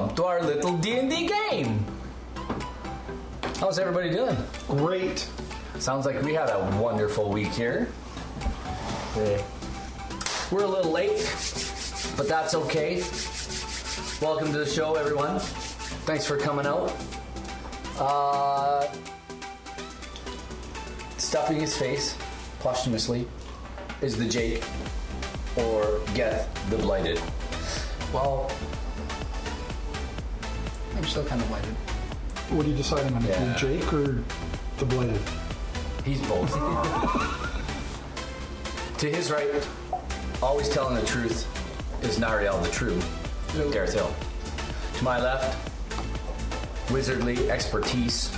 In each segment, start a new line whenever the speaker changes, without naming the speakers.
little D&D game. How's everybody doing?
Great.
Sounds like we had a wonderful week here. We're a little late, but that's okay. Welcome to the show, everyone. Thanks for coming out. Uh, stuffing his face posthumously is the Jake or Geth the Blighted. Well, I'm still kind of blighted.
What are you deciding on?
Yeah.
Jake or the Blighted?
He's both. to his right, always telling the truth, is Nariel the true Dareth Hill. To my left, wizardly expertise,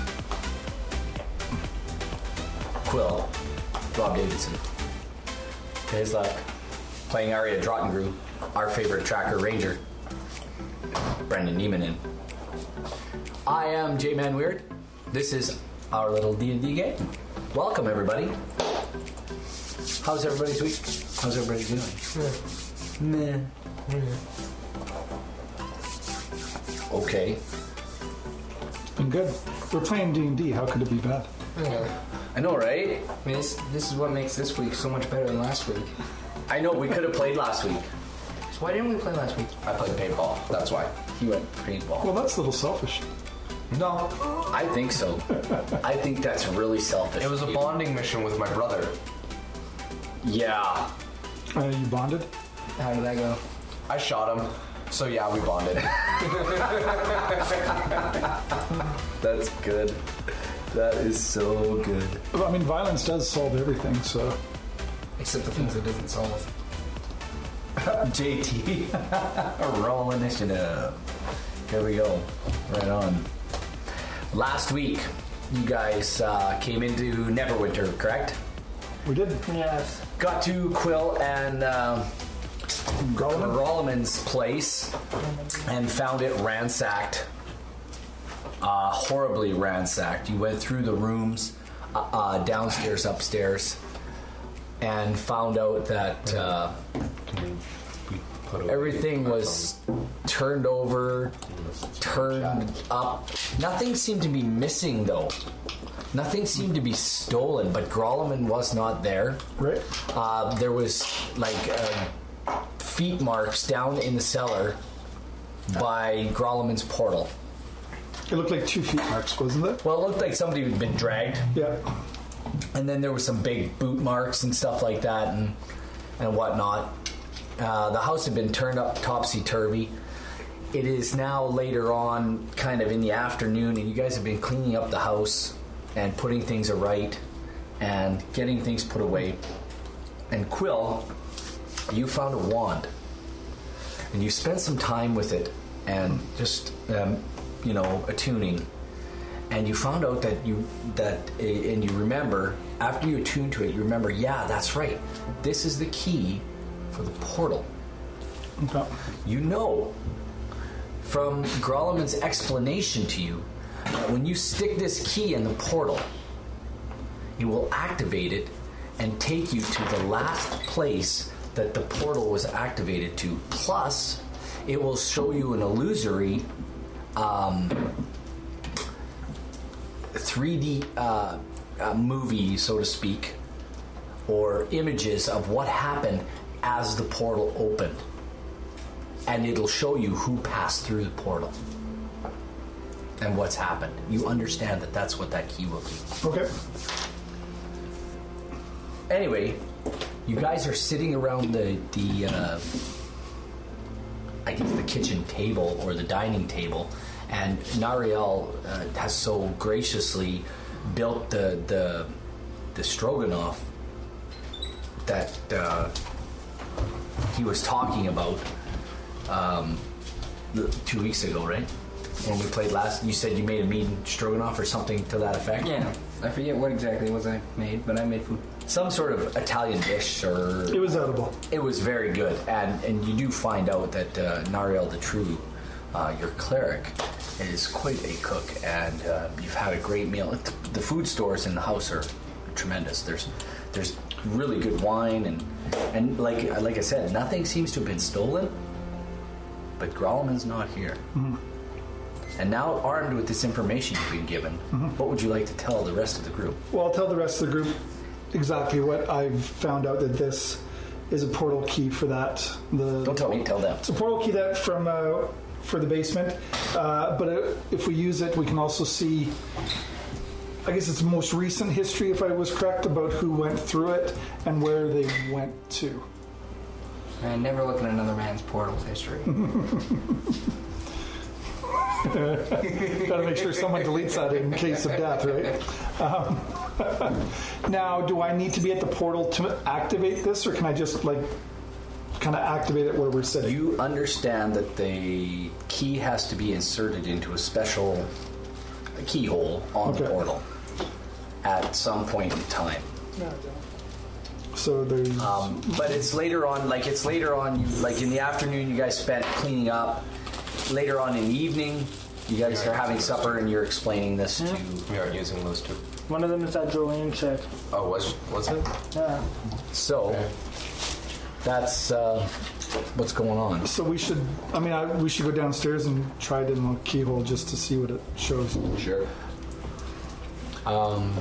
Quill, Rob Davidson. To his left, playing Arya Drottengru, our favorite tracker ranger, Brendan Niemanen. I am J-Man Weird. This is our little D&D game. Welcome, everybody. How's everybody's week? How's everybody doing? Meh. Okay.
I'm good. We're playing D&D. How could it be bad?
Yeah.
I know, right?
I mean, this, this is what makes this week so much better than last week.
I know, we could have played last week.
So why didn't we play last week?
I played paintball. That's why. He went paintball.
Well, that's a little selfish.
No,
I think so. I think that's really selfish.
it was a bonding mission with my brother.
Yeah.
Uh, you bonded?
How did that go?
I shot him, so yeah, we bonded.
That's good. That is so good.
I mean, violence does solve everything, so...
Except the things it doesn't solve.
JT. Roll initiative. Here we go. Right on. Last week, you guys uh, came into Neverwinter, correct?
We did.
Yes.
Got to Quill and uh, Rolliman's place and found it ransacked. Uh, horribly ransacked. You went through the rooms, uh, uh, downstairs, upstairs, and found out that. Uh, Everything was turned over, turned up. Nothing seemed to be missing, though. Nothing seemed to be stolen, but Grolleman was not there.
Right?
Uh, there was like uh, feet marks down in the cellar by Grolleman's portal.
It looked like two feet marks, wasn't it?
Well, it looked like somebody had been dragged,
Yeah.
and then there was some big boot marks and stuff like that, and and whatnot. Uh, the house had been turned up topsy turvy. It is now later on, kind of in the afternoon, and you guys have been cleaning up the house and putting things aright and getting things put away. And Quill, you found a wand and you spent some time with it and just, um, you know, attuning. And you found out that you, that, and you remember, after you attune to it, you remember, yeah, that's right. This is the key for the portal.
Okay.
You know from Grolleman's explanation to you that when you stick this key in the portal, it will activate it and take you to the last place that the portal was activated to. Plus, it will show you an illusory um, 3D uh, uh, movie, so to speak, or images of what happened as the portal opened and it'll show you who passed through the portal and what's happened. You understand that that's what that key will do.
Okay.
Anyway, you guys are sitting around the the uh, I guess the kitchen table or the dining table, and Nariel uh, has so graciously built the the the stroganoff that uh, he was talking about um, the- two weeks ago, right? When we played last, you said you made a mean stroganoff or something to that effect.
Yeah. I forget what exactly it was I made, but I made food.
Some sort of Italian dish or
It was edible.
it was very good, and and you do find out that uh, Nariel the True, uh, your cleric, is quite a cook, and uh, you've had a great meal. The- The food stores in the house are tremendous. There's there's really good wine, and and like like I
Mm-hmm.
said, nothing seems to have been stolen, but Grolman's not here. And now, armed with this information you've been given,
Mm-hmm.
what would you like to tell the rest of the group?
Well, I'll tell the rest of the group exactly what I've found out that this is a portal key for that. The
Don't tell me, tell them.
It's a portal key that from uh, for the basement, uh, but uh, if we use it, we can also see. I guess it's most recent history, if I was correct, about who went through it and where they went to.
I never look at another man's portal's history.
Got to make sure someone deletes that in case of death, right? Um, now, do I need to be at the portal to activate this, or can I just like kind of activate it where we're sitting?
You understand that the key has to be inserted into a special keyhole on the
Okay.
portal at some point in time.
so there's
Um, but it's later on, like it's later on, like in the afternoon, you guys spent cleaning up. Later on in the evening, you guys are having supper and you're explaining this to.
We aren't using those two.
One of them is that Jolene chick.
Oh, was was it?
Yeah.
So that's uh, what's going on.
So we should, I mean, I, we should go downstairs and try it in the keyhole just to see what it shows.
Sure. Um,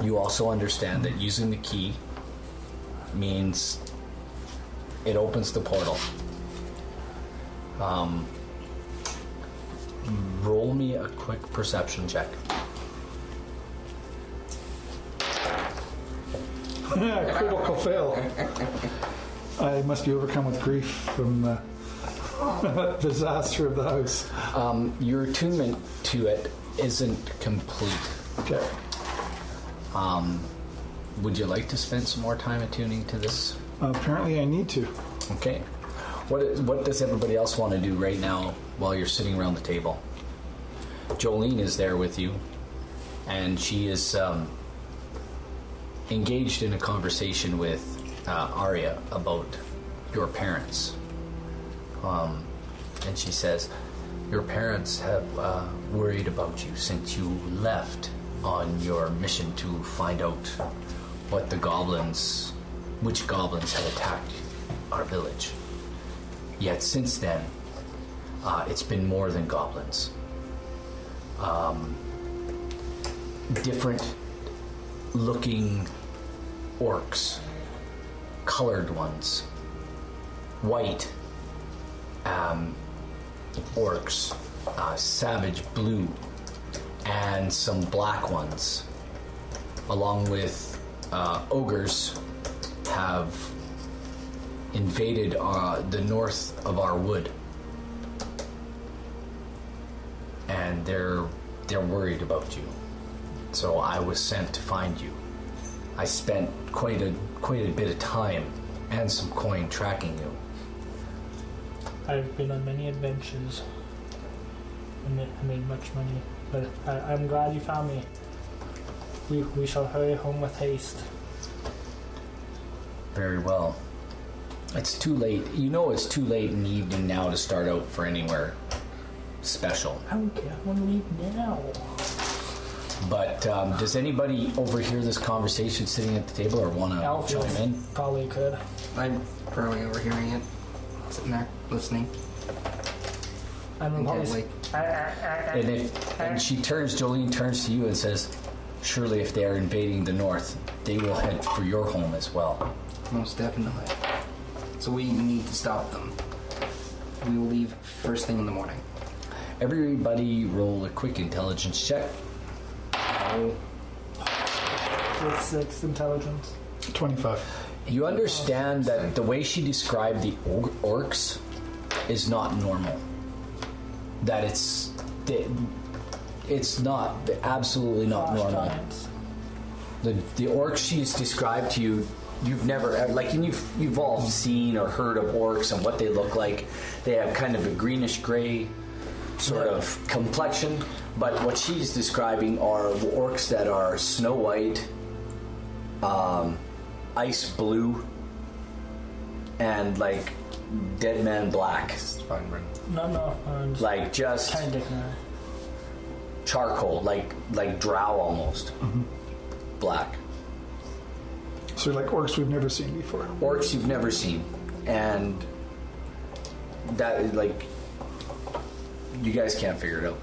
you also understand that using the key means it opens the portal. Um, roll me a quick perception check.
Critical fail. I must be overcome with grief from the disaster of the house.
Um, your attunement to it isn't complete.
Okay.
Would you like to spend some more time attuning to this
apparently, I need to.
Okay. What what does everybody else want to do right now while you're sitting around the table? Jolene is there with you, and she is um, engaged in a conversation with uh, Arya about your parents. Um, and she says, "Your parents have uh, worried about you since you left on your mission to find out what the goblins, which goblins had attacked our village. Yet since then, uh, it's been more than goblins. Um, different looking orcs, colored ones, white um, orcs, uh, savage blue, and some black ones, along with uh, ogres, have invaded uh, the north of our wood, and they're they're worried about you. So I was sent to find you. I spent quite a quite a bit of time and some coin tracking you.
I've been on many adventures. I made, I made much money, but I, I'm glad you found me. We, we shall hurry home with haste.
Very well. It's too late. You know it's too late in the evening now to start out for anywhere special.
I don't care. I want to leave now.
But um, does anybody overhear this conversation sitting at the table or want
Alf
to chime in?
probably could.
I'm probably overhearing it, sitting there listening.
I
Okay,
mean, probably.
like-
I, I, I,
And if and she turns, Jolene turns to you and says, "Surely, if they are invading the north, they will head for your home as well."
Most definitely. So we need to stop them. We will leave first thing in the morning.
Everybody, roll a quick intelligence check.
Oh,
With six intelligence.
25.
You understand that the way she described the or- orcs is not normal. That it's that it's not absolutely not
Frost
normal.
giants.
The the orcs she's described to you, you've never like, and you've you've all seen or heard of orcs and what they look like. They have kind of a greenish gray sort of complexion, but what she's describing are orcs that are snow white, um, ice blue, and like dead man black,
It's fine, bring.
No, no. I'm just
like just
kind of ignorant.
charcoal, like like drow almost, black.
So, like orcs we've never seen before.
orcs you've never seen, and that is like you guys can't figure it out.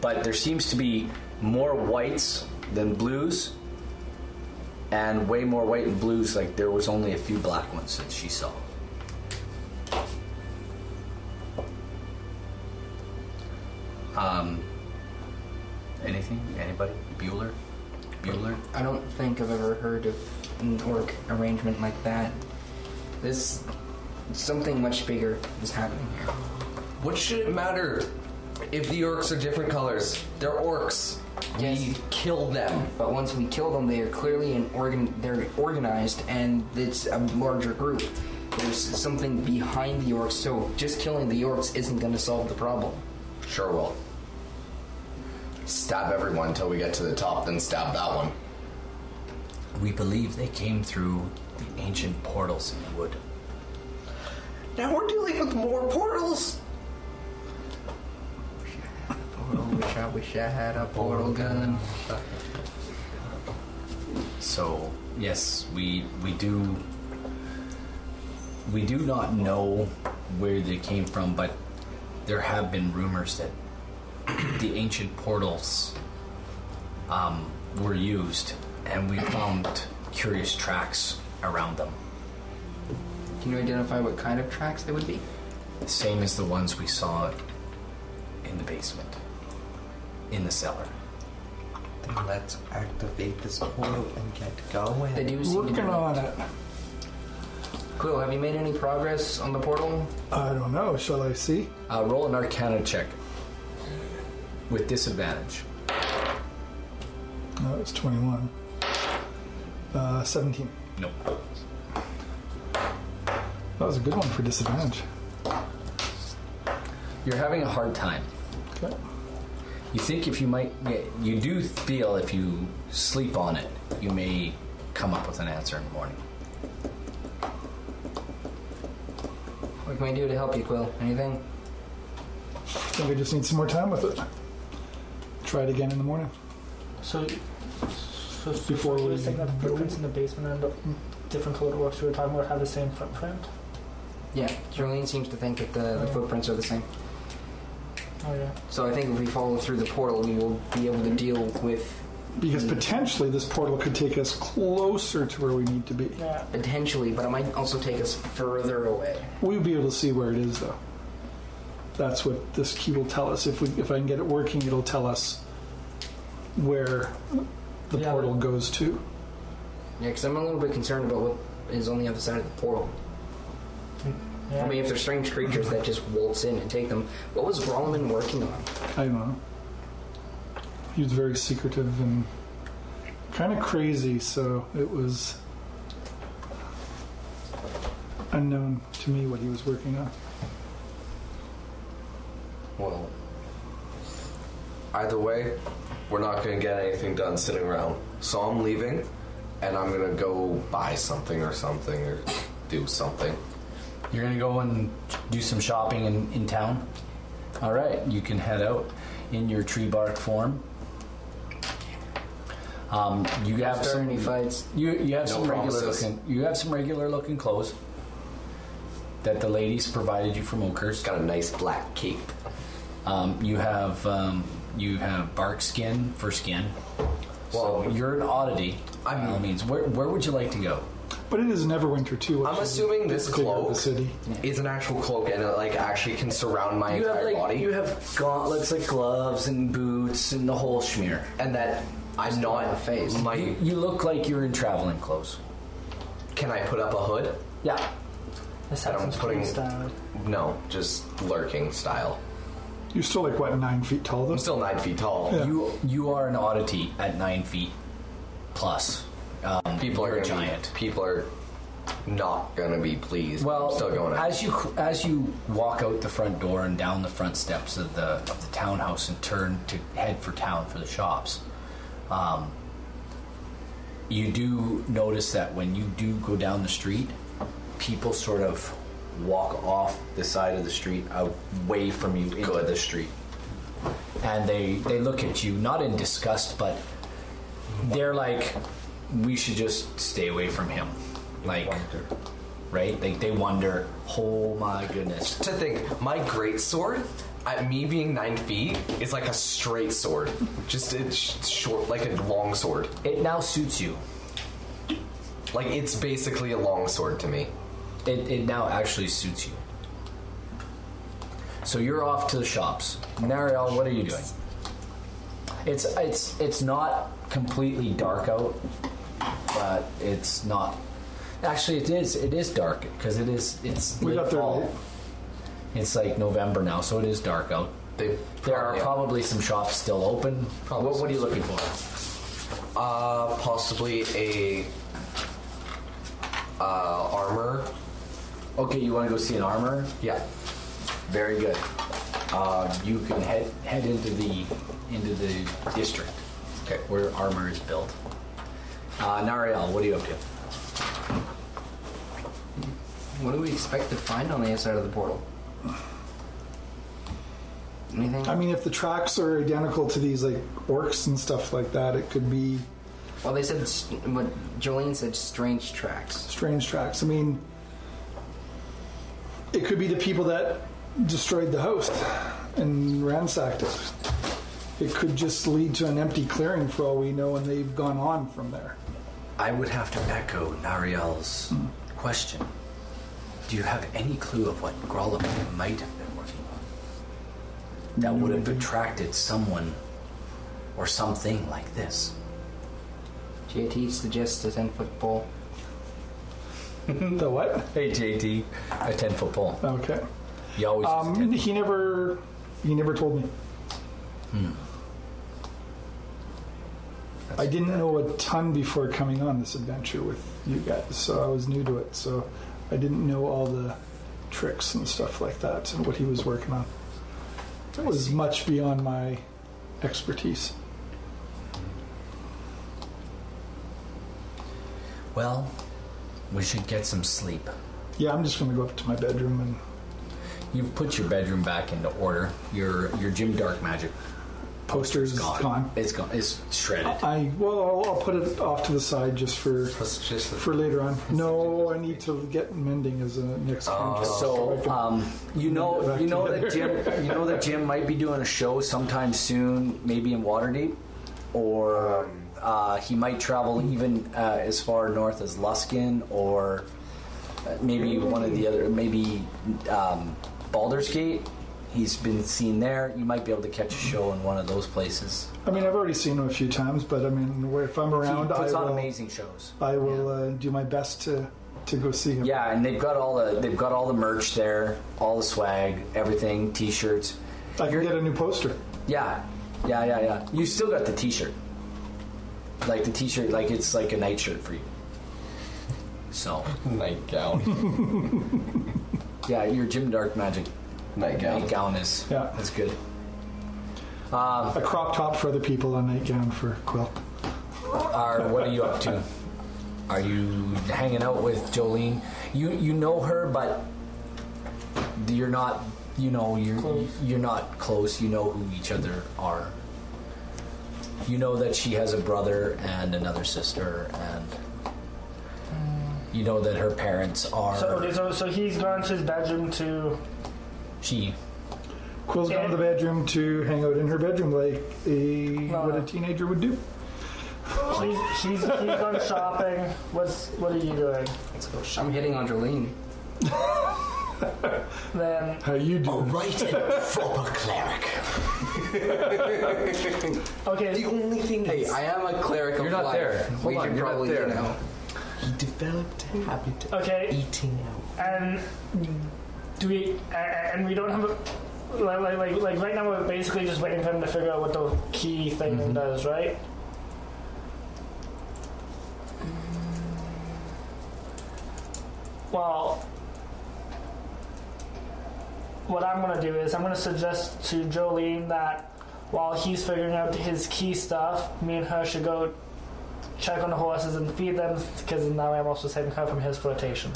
But there seems to be more whites than blues, and way more white and blues. Like there was only a few black ones that she saw. Um, anything? Anybody? Bueller? Bueller?
I don't think I've ever heard of an orc arrangement like that. This something much bigger is happening here.
What should it matter if the orcs are different colors? They're orcs. We
Yes.
kill them.
But once we kill them, they are clearly an organ. They're organized, and it's a larger group. There's something behind the orcs, so just killing the orcs isn't going to solve the problem.
Sure will. Stab everyone till we get to the top, then stab that one.
We believe they came through the ancient portals in the wood.
Now we're dealing with more portals.
Portal, Oh, wish I wish I had a portal gun.
So yes, we we do we do not know where they came from, but there have been rumors that the ancient portals um, were used, and we found curious tracks around them,
Can you identify what kind of tracks they would be?
same as the ones we saw in the basement, in the cellar.
Then let's activate this portal and get going.
They do seem to
Working
be-
on it.
Quill, have you made any progress on the portal?
I don't know. Shall I see?
Uh, roll an Arcana check with disadvantage.
No, it's 21. Uh, 17.
Nope.
That was a good one for disadvantage.
You're having a hard time.
Okay.
You think if you might, yeah, you do feel if you sleep on it, you may come up with an answer in the morning.
What can we do to help you, Quill? Anything?
I think I just need some more time with it. Try it again in the morning.
So, so, so
Before
he was
we-
saying that the footprints in the basement and the different colored orcs we were talking about have the same footprint.
Yeah, Charlene seems to think that the, the footprints are the same.
Oh yeah.
So I think if we follow through the portal, we will be able to deal with
Because potentially this portal could take us closer to where we need to be.
Yeah.
potentially, but it might also take us further away.
We'll be able to see where it is, though. That's what this key will tell us. If we, if I can get it working, it'll tell us where the
Yeah.
portal goes to.
Yeah, because I'm a little bit concerned about what is on the other side of the portal.
yeah.
I mean, if there's strange creatures that just waltz in and take them, what was Grolman working on?
I don't know. He was very secretive and kind of crazy, so it was unknown to me what he was working on.
Well, either way, we're not going to get anything done sitting around. So I'm leaving, and I'm going to go buy something or something or do something.
You're gonna go and do some shopping in, in town. All right, you can head out in your tree bark form. Um, you have
Is there
some
any fights?
You you have
No
some regular
promises.
looking you have some regular looking clothes that the ladies provided you from Oakhurst.
Got a nice black cape.
Um, you have um, you have bark skin for skin. Well, you're an oddity. I mean, means where where would you like to go?
But it is Neverwinter too. which
I'm
is
assuming this
bigger of
cloak
a city.
is an actual cloak, and it like actually can surround my
You
entire
have like
body.
you have gauntlets, like gloves and boots and the whole schmear.
and that I'm not
the face.
My
You, you look like you're in traveling clothes.
can I put up a hood?
Yeah,
Assassin's
I'm putting-
Creed style.
No, just lurking style.
You're still like what nine feet tall though.
I'm still nine feet tall.
you you are an oddity at nine feet plus. Um,
People
you're
are
a
gonna be-
giant.
people are not gonna be pleased.
Well,
I'm still going. out.
as you as you walk out the front door and down the front steps of the of the townhouse and turn to head for town for the shops, um, you do notice that when you do go down the street, people sort of walk off the side of the street away from you into the street, and they they look at you not in disgust but they're like, we should just stay away from him, like right? Like they wonder, oh my goodness.
To think, my great sword, at me being nine feet, is like a straight sword, just it's sh- short, like a long sword.
It now suits you.
Like it's basically a long sword to me.
It, it now actually suits you. So you're off to the shops. Nariel, what are you doing? It's it's it's not completely dark out, but it's not. Actually, it is it is dark because it is it's
We
late
got there
fall.
late.
It's like November now, so it is dark out.
They
There are probably some shops still open.
Probably
what, what are you
some.
looking for?
uh, possibly a uh, armor.
Okay, you want to go see an armor?
Yeah,
Very good. Uh, you can head head into the into the district
Okay.
where armor is built. Uh, Nariel, what are you up to?
What do we expect to find on the other side of the portal? Anything?
I mean, if the tracks are identical to these like orcs and stuff like that, it could be
well, they said s- what Jolene said. Strange tracks.
strange tracks. I mean, it could be the people that destroyed the host and ransacked it. It could just lead to an empty clearing for all we know, and they've gone on from there.
I would have to echo Nariel's question. Do you have any clue of what Grolliman might have been working on? That would have attracted someone or something like this.
JT suggests a ten foot pole.
The what?
Hey JT, a ten foot pole.
Okay.
You always use a
Um,
10
he never, he never told me.
Hmm.
I didn't know a ton before coming on this adventure with you guys, so I was new to it. So I didn't know all the tricks and stuff like that and what he was working on. It was much beyond my expertise.
Well, we should get some sleep.
Yeah, I'm just going to go up to my bedroom and
You've put your bedroom back into order. Your your gym dark magic
posters
is gone.
gone.
It's gone. It's shredded.
I well, I'll, I'll put it off to the side just for
that's just
for later on. No, I need to get mending as a next contract. I
Oh, So
can-
um, you know
back
you know that Jim you know that Jim might be doing a show sometime soon, maybe in Waterdeep, or uh, he might travel even uh, as far north as Luskin, or uh, maybe one of the other maybe um, Baldur's Gate. He's been seen there. You might be able to catch a show in one of those places.
I mean, I've already seen him a few times, but I mean, where- if I'm
He
around, I
puts on
will,
amazing shows.
I will uh, do my best to to go see him.
Yeah, and they've got all the they've got all the merch there, all the swag, everything, t-shirts.
I can
You're-
get a new poster.
Yeah, yeah, yeah, yeah. You still got the T-shirt. Like the T-shirt, like it's like a nightshirt for you. So
nightgown.
yeah, your Jim Dark Magic
nightgown.
nightgown is
Yeah.
is good. Um,
A crop top for the people, a nightgown for Quill.
Are what are you up to? Are you hanging out with Jolene? You you know her, but you're not. You know you're you're not close. You know who each other are. You know that she has a brother and another sister, and you know that her parents are.
Mm. So, okay, so, so he's gone to his bedroom to.
she
Quill's gone to the bedroom to hang out in her bedroom like a what a
uh,
teenager would do.
He's, he's, he's gone shopping. What's what are you doing?
I'm hitting on Jolene.
Then
How
Oh,
you do?
Right and proper cleric.
okay,
The only thing hey,
I am a cleric of
You're not
life.
there. Hold
we
on,
should
you're not
probably
there.
you know.
He developed a habit of
okay.
eating out.
And do we? a- a- And we don't have a like like like, like right now. We're basically just waiting for him to figure out what the key thing does, right? Well, what I'm gonna do is I'm gonna suggest to Jolene that while he's figuring out his key stuff, me and her should go check on the horses and feed them because now I'm also saving her from his flirtation.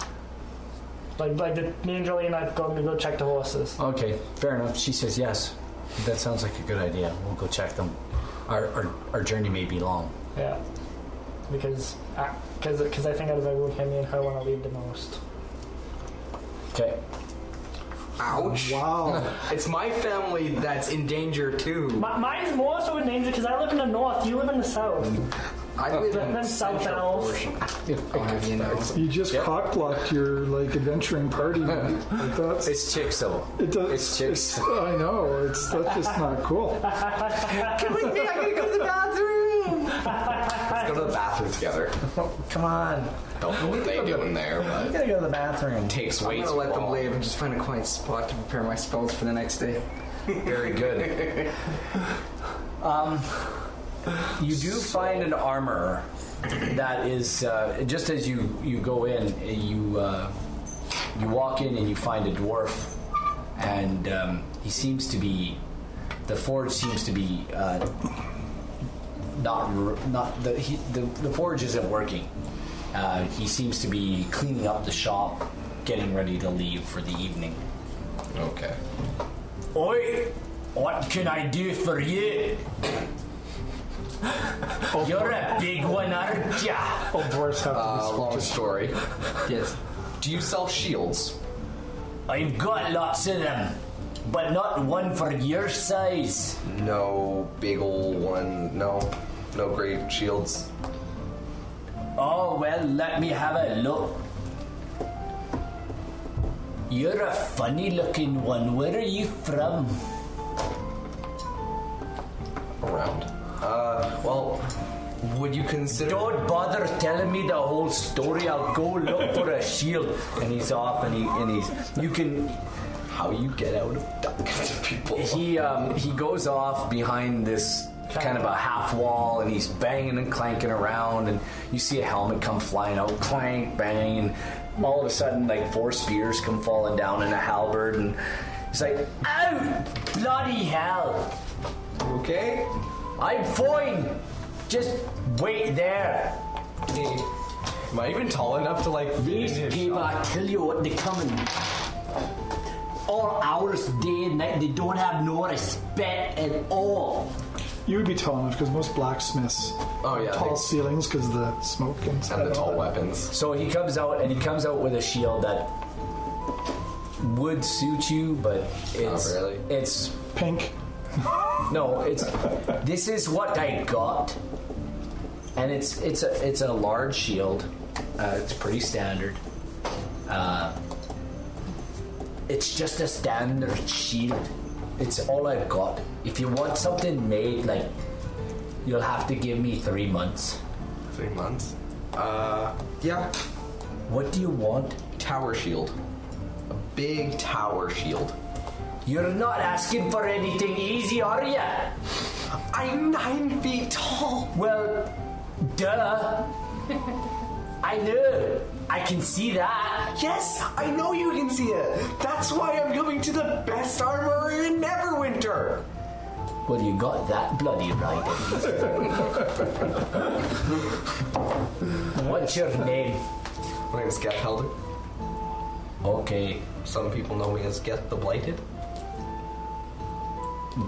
Like, like the, me and Jolene are going to go check the horses.
okay. Fair enough. She says yes. That sounds like a good idea. We'll go check them. Our our, our journey may be long.
Yeah. Because, because, because I think out of everyone, me and her want to lead the most.
Okay.
Ouch.
Wow.
It's my family that's in danger too.
My, mine's more so in danger because I live in the north. You live in the south.
I live in
Then
the
south
central
elves.
portion. Oh, you know.
You just cockblocked your like adventuring party. man. Like, that's,
It's chicks though.
it does,
it's chicks.
I know. It's that's just not cool.
I gotta go to the bathroom.
Let's go to the bathroom together.
Come on.
Don't know what they do in there,
I
but it
gotta go to the bathroom.
takes
I'm
way
gonna
too
let them
long.
leave and just find a quiet spot to prepare my spells for the next day.
Very good.
You do find an armor that is uh, just as you you go in, you uh, you walk in and you find a dwarf, and um, he seems to be the forge seems to be uh, not r- not the he, the, the forge isn't working. Uh, he seems to be cleaning up the shop, getting ready to leave for the evening.
Okay.
Oi, what can I do for you? You're a big one, aren't ya?
All dwarves have to be
Uh, long story.
Yes.
Do you sell shields?
I've got lots of them, but not one for your size.
No big ol' one. No. No great shields.
Oh, well, let me have a look. You're a funny looking one. Where are you from?
Around. Uh, well, would you consider.
Don't bother telling me the whole story. I'll go look for a shield. And he's off, and he and he's. You can
How you get out of duck to people?
he um, he goes off behind this kind of a half wall and he's banging and clanking around and you see a helmet come flying out clank bang and all of a sudden like four spears come falling down and a halberd and he's like oh bloody hell
Okay.
i'm fine just wait there
Am I even tall enough to like?
These people, I tell you what, they come in all hours, day and night. They don't have no respect at all.
You would be tall enough because most blacksmiths
Oh yeah.
tall
they-
ceilings because of the smoke and,
And the tall weapons.
So he comes out and he comes out with a shield that would suit you, but it's
really.
it's
Pink.
no, it's this is what I got, and it's it's a it's a large shield. Uh, it's pretty standard. Uh, it's just a standard shield. It's all I've got. If you want something made, like you'll have to give me three months.
Three months. Uh, yeah.
What do you want?
Tower shield. A big tower shield.
You're not asking for anything easy, are you?
I'm nine feet tall.
Well, duh. I know. I can see that.
Yes, I know you can see it. That's why I'm coming to the best armorer in Neverwinter.
Well, you got that bloody right. at least. What's your name?
My name's Get Helder.
Okay,
Some people know me as Get the Blighted.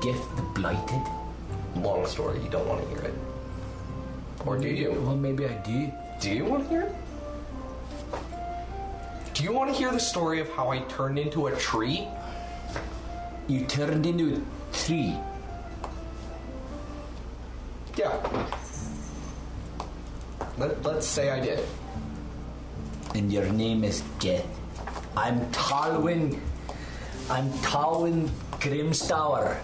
Gift the Blighted.
Long story. You don't want to hear it. Or do you?
Well, maybe I do.
Do you want to hear it? Do you want to hear the story of how I turned into a tree?
You turned into a tree.
Yeah. Let, let's say I did.
and your name is Geth. I'm Talwin. I'm Talwin Grimstower.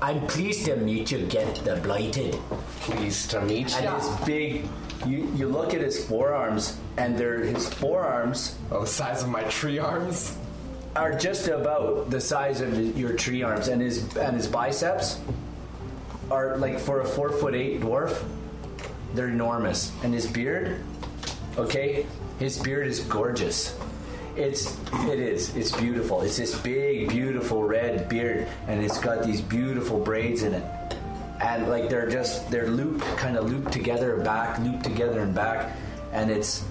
I'm pleased to meet you, Geth the Blighted.
Pleased to meet
And his big, you, you look at his forearms, and they're, his forearms
Oh, the size of my tree arms.
are just about the size of your tree arms, and his and his biceps are like for a four foot eight dwarf, they're enormous. And his beard, okay, his beard is gorgeous. It's it is it's beautiful. It's this big, beautiful red beard, and it's got these beautiful braids in it. And like they're just they're looped, kind of looped together and back, looped together and back, and it's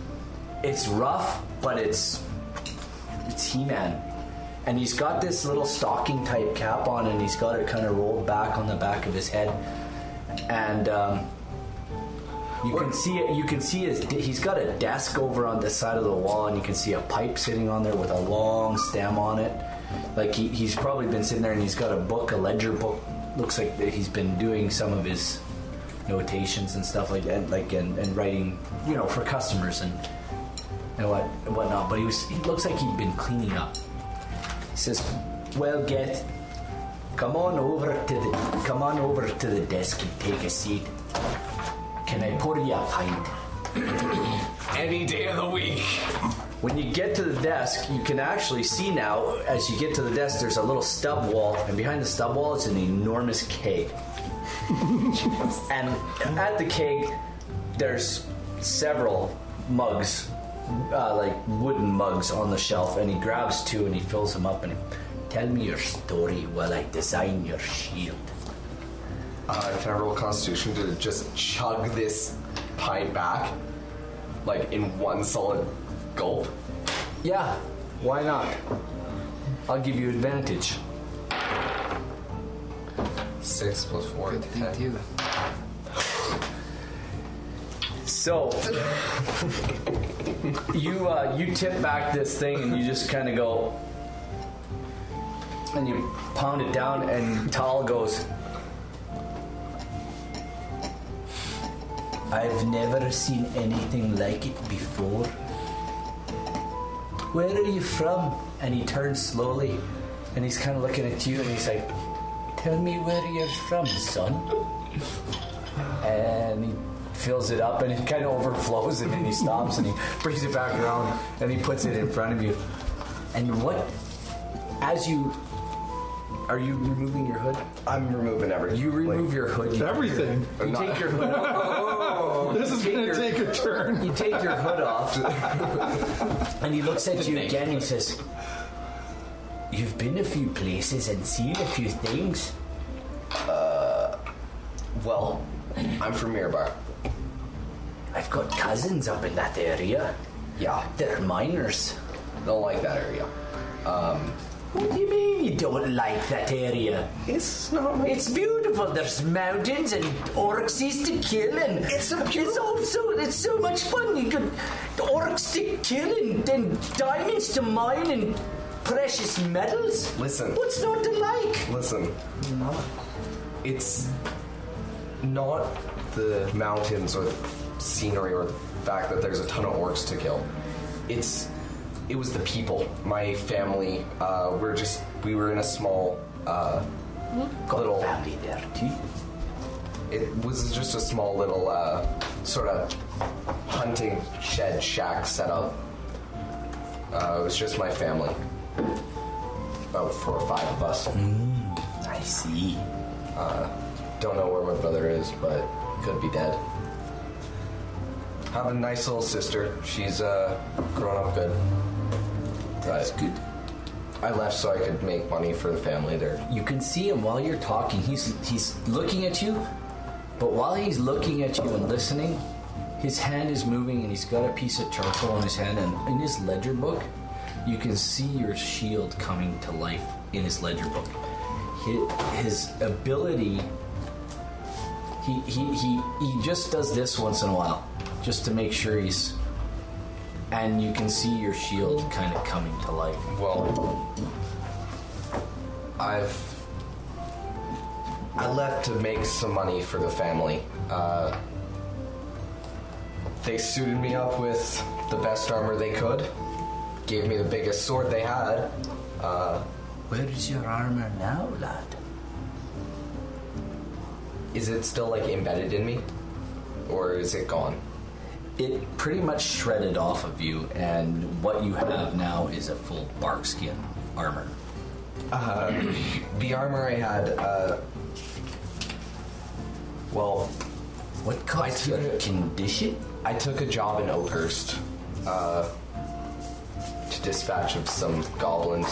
it's rough, but it's it's He-Man. And he's got this little stocking type cap on, and he's got it kind of rolled back on the back of his head. And um, You can see it. You can see his. de- He's got a desk over on this side of the wall, and you can see a pipe sitting on there with a long stem on it. Like he, he's probably been sitting there, and he's got a book, a ledger book. Looks like that he's been doing some of his notations and stuff like that, like and, and writing, you know, for customers and and what and whatnot. But he was. He looks like he'd been cleaning up. He says, "Well, get, come on over to the, come on over to the desk and take a seat. Can I pour you a pint?"
Any day of the week.
When you get to the desk, you can actually see now, as you get to the desk, there's a little stub wall, and behind the stub wall is an enormous keg. and at the keg, there's several mugs, uh, like wooden mugs on the shelf, and he grabs two and he fills them up and he, tell me your story while I design your shield.
Uh, can I roll Constitution to just chug this pint back, like in one solid gulp?
Yeah, why not? I'll give you advantage.
Six plus four.
Good thing too.
So you uh, you tip back this thing and you just kind of go and you pound it down and Tal goes. I've never seen anything like it before. Where are you from? And he turns slowly and he's kind of looking at you and he's like, Tell me where you're from, son and he fills it up and it kind of overflows and then he stops and he brings it back around and he puts it in front of you and what as you are you removing your hood
I'm removing everything.
you remove your hood you,
Everything.
you take your hood
This is
Take
going to
your-
take a turn.
you take your hood off and he looks at you again and he says you've been a few places and seen a few things
well, I'm from Mirabar.
I've got cousins up in that area
Yeah,
they're miners
don't like that area. Um,
What do you mean you don't like that area?
It's not
It's beautiful. There's mountains and orcs to kill, and it's so It's also it's so much fun. You could orcs to kill, and then diamonds to mine, and precious metals.
Listen.
what's not to like?
Listen, it's not the mountains or the scenery or the fact that there's a ton of orcs to kill. It's it was the people. My family. Uh, we're just we were in a small uh, little.
Family there too.
It was just a small little uh, sort of hunting shed shack set up. Uh, it was just my family. About four or five of us.
I see.
Don't know where my brother is, but could be dead. Have a nice little sister. She's uh, grown up good. That's good. I left so I could make money for the family there.
You can see him while you're talking. He's he's looking at you, but while he's looking at you and listening, his hand is moving and he's got a piece of charcoal in his hand and in his ledger book, you can see your shield coming to life in his ledger book. Hi- His ability he, he, he, he just does this once in a while, just to make sure he's. And you can see your shield kind of coming to life.
Well, I've I left to make some money for the family. Uh, they suited me up with the best armor they could, gave me the biggest sword they had.
Where is your armor now, lad?
Is it still like embedded in me, or is it gone?
it pretty much shredded off of you, and what you have now is a full bark skin armor.
The armor I had, uh, well,
What caused
took
your
it.
condition?
I took a job in Oakhurst uh, to dispatch of some goblins.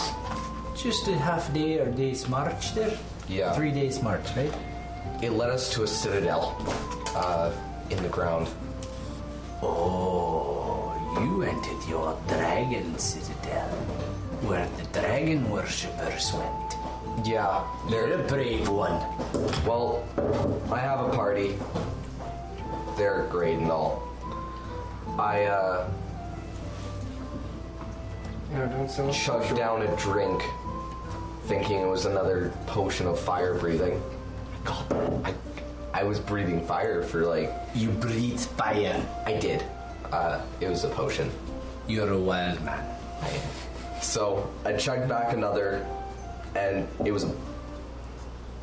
Just a half day or day's march there?
Yeah.
Three days march, right?
It led us to a citadel uh, in the ground.
Oh, you entered your dragon citadel, where the dragon worshippers went.
Yeah, there.
You're a brave one.
Well, I have a party. with their grade and all. I uh,
No, don't sell it.
chugged down a drink, thinking it was another potion of fire breathing. God, I, I was breathing fire for like
You breathe fire.
I did. Uh, it was a potion.
You're a wild man.
I, so I chugged back another, and it was a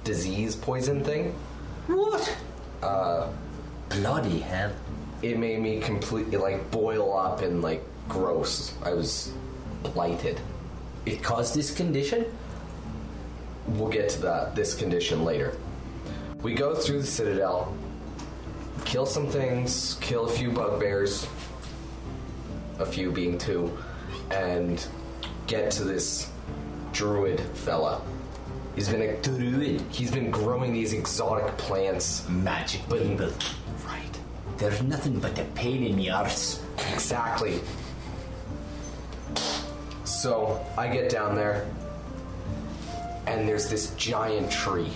disease poison thing. Uh,
Bloody hell.
It made me completely like boil up and like gross. I was blighted.
It caused this condition?
We'll get to that this condition later. We go through the citadel, kill some things, kill a few bugbears, a few being two, and get to this druid fella. He's been a druid. He's been growing these exotic plants.
Magic
But-
people.
Right.
There's nothing but a pain in the arse.
Exactly. So I get down there, and there's this giant tree.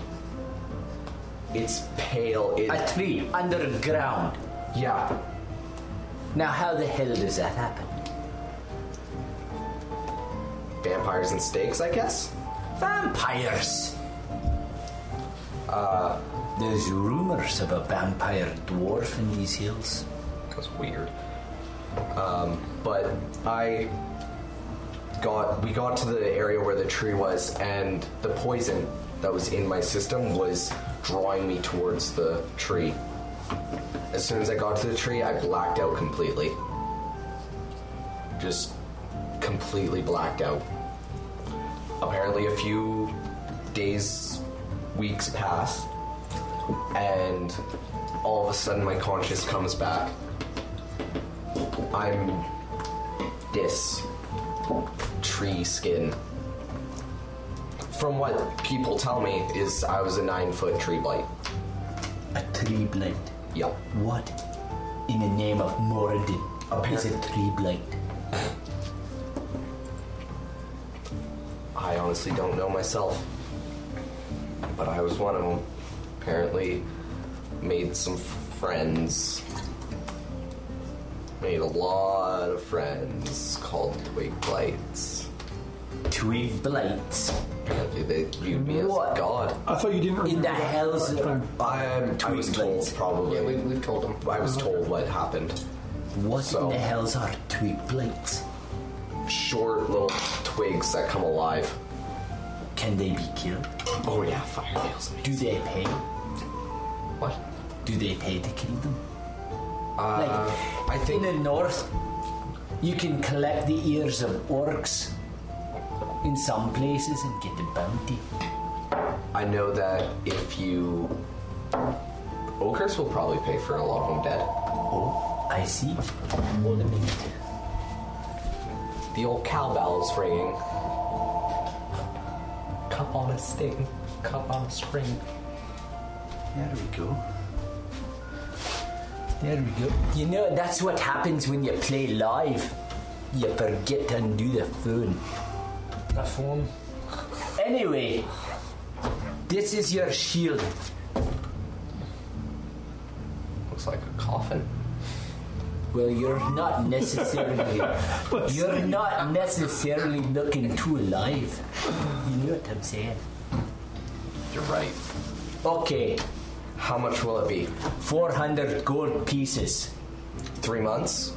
It's pale. It,
A tree underground.
yeah,
Now, how the hell does that happen?
vampires and snakes, I guess.
Vampires. Uh, there's rumors of a vampire dwarf in these hills.
That was weird. Um, but I got we got to the area where the tree was, and the poison that was in my system was drawing me towards the tree. As soon as I got to the tree, I blacked out completely. Just completely blacked out. Apparently, a few days, weeks passed, and all of a sudden, my conscience comes back. I'm this tree skin. From what people tell me, is I was a nine foot tree blight.
A tree blight.
Yep.
What? In the name of Moradin is a tree blight.
I honestly don't know myself. But I was one of them. Apparently, made some friends. Made a lot of friends called Twig Blights.
Twig blights.
Apparently, they viewed me as
What?
god.
I thought you didn't remember.
In the
that.
hells of
I, I was
Twig
told,
Blights.
probably.
Yeah, we, we've told them.
I was told what happened.
What
So-
in the hells are twig blights?
Short little twigs that come alive.
Can they be killed?
Oh yeah, fire nails.
Do they pay?
What?
Do they pay to kill them?
Uh, I
In
think
the north, you can collect the ears of orcs in some places and get the bounty.
I know that if you, ogres will probably pay for a lot of them dead.
Oh, I see. Hold a minute.
The old cowbell is ringing. Cup on a sting, cup on a spring.
There we go. There we go.
You know, that's what happens when you play live. You forget to undo the phone.
The phone.
Anyway, this is your shield.
Looks like a coffin.
Well, you're not necessarily. you're not necessarily looking too alive. You know what I'm saying?
You're right.
Okay,
How much will it be?
400 gold pieces.
Three months?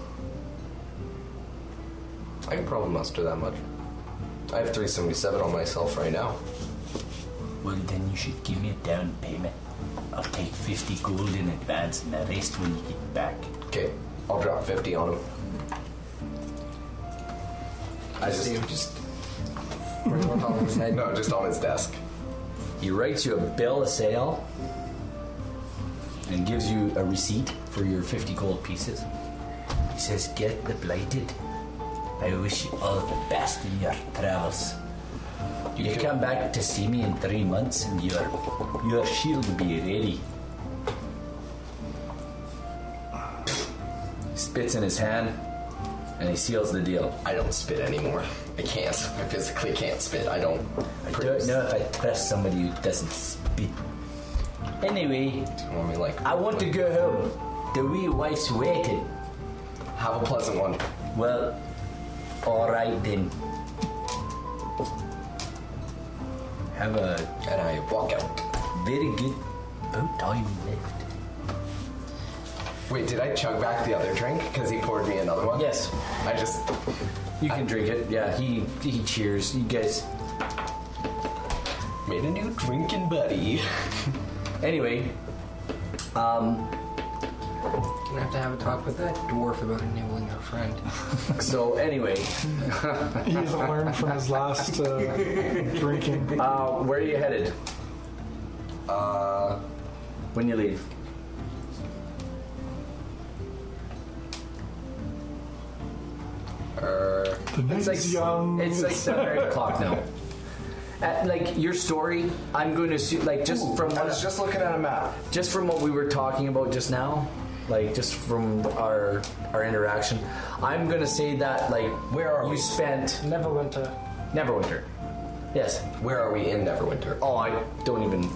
I can probably muster that much. I have 377 on myself right now.
Well, then you should give me a down payment. I'll take 50 gold in advance and the rest when you get back.
Okay, I'll drop 50 on him. I just, just
We're going on his head.
no, just on his desk.
He writes you a bill of sale and gives you a receipt for your 50 gold pieces. He says, Get the blighted. I wish you all the best in your travels. You,
can-
come back to see me in three months and your, your shield will be ready. Spits in his hand and he seals the deal.
I don't spit anymore. I can't. I physically can't spit. I don't.
I
produce-
don't know if I trust somebody who doesn't spit. Anyway,
Do you want me like?
I want to go home. The wee wife's waiting.
Have a pleasant one.
Well, all right then.
Have a
And I walk out.
Very good.
about time left.
Wait, did I chug back the other drink? Because he poured me another one?
Yes,
I just.
you can drink it. Yeah, he he cheers. You guys.
Made a new drinking buddy.
Anyway,
Gonna have to have a talk with that dwarf about enabling our friend.
so anyway,
He hasn't learned from his last uh, drinking.
uh, where are you headed
Uh,
when you leave?
er,
The night's young.
It's like seven eight o'clock now. At, like your story, I'm going to assume, like just from
I
what,
was just looking at a map.
just from what we were talking about just now, like just from our our interaction, I'm going to say that like
Where are
you
we?
spent
Neverwinter.
Neverwinter. Yes.
Where are we in Neverwinter?
Oh, I don't even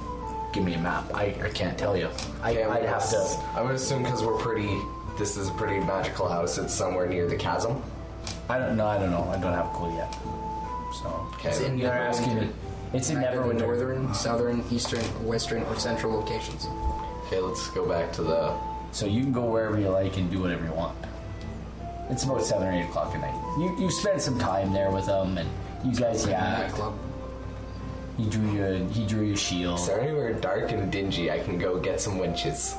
give me a map. I, I can't tell you. I,
Okay, I
I'd
would
have
ass-
to.
I would assume because we're pretty. This is a pretty magical house. It's somewhere near the chasm.
I don't know. I don't know. I don't have a clue yet. So
Okay.
It's in
you're asking me. It's in
Either the
Neverwinter.
northern, southern, eastern, western, or central locations.
okay, let's go back to the.
So you can go wherever you like and do whatever you want.
It's about seven or eight o'clock at night. You you spent some time there with them, and you guys
Uh,
yeah.
Nightclub.
He drew you. A, he drew you a shield.
Is there anywhere dark and dingy I can go get some winches?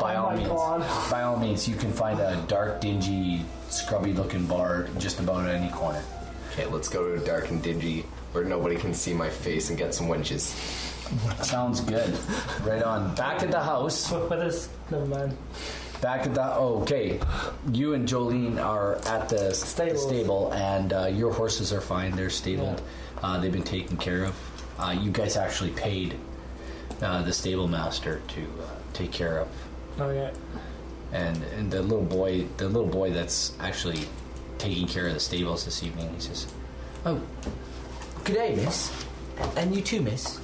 By
Oh
all
my
means,
God.
by all means, you can find a dark, dingy, scrubby-looking bar just about at any corner.
Okay, let's go to a dark and dingy where nobody can see my face and get some winches.
Sounds good. Right on. Back at the house.
With his. Never mind.
Back at the. Oh, okay. You and Jolene are at the, stable.
Stables.
stable, and uh, your horses are fine. They're stabled. Uh, they've been taken care of. Uh, you guys actually paid uh, the stable master to uh, take care of
Okay.
and and the little boy the little boy that's actually taking care of the stables this evening he says
Oh, good day, miss. And you too, miss.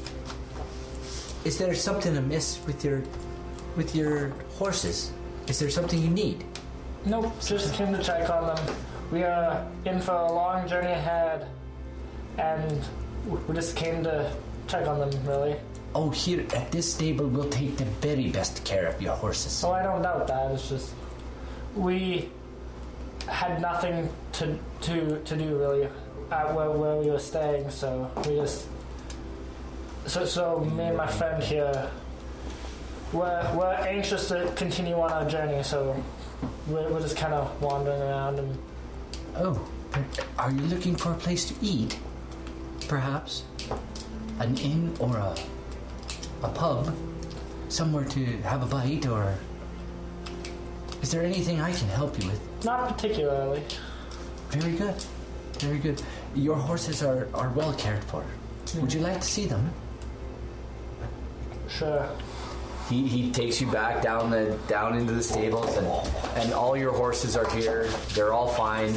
Is there something amiss with your with your horses? Is there something you need?
Nope, just came to check on them. We are in for a long journey ahead, and we just came to check on them, really.
Oh, here at this stable, we'll take the very best care of your horses.
So I don't doubt that. It's just we had nothing to to to do really at where, where we were staying, so we just so so me and my friend here were were anxious to continue on our journey, so we're, we're just kind of wandering around and
Oh, are you looking for a place to eat? Perhaps an inn or a a pub, somewhere to have a bite, or is there anything I can help you with?
not particularly.
Very good. Very good. Your horses are, are well cared for. Would you like to see them?
Sure.
he, he takes you back down the down into the stables and and all your horses are here they're all fine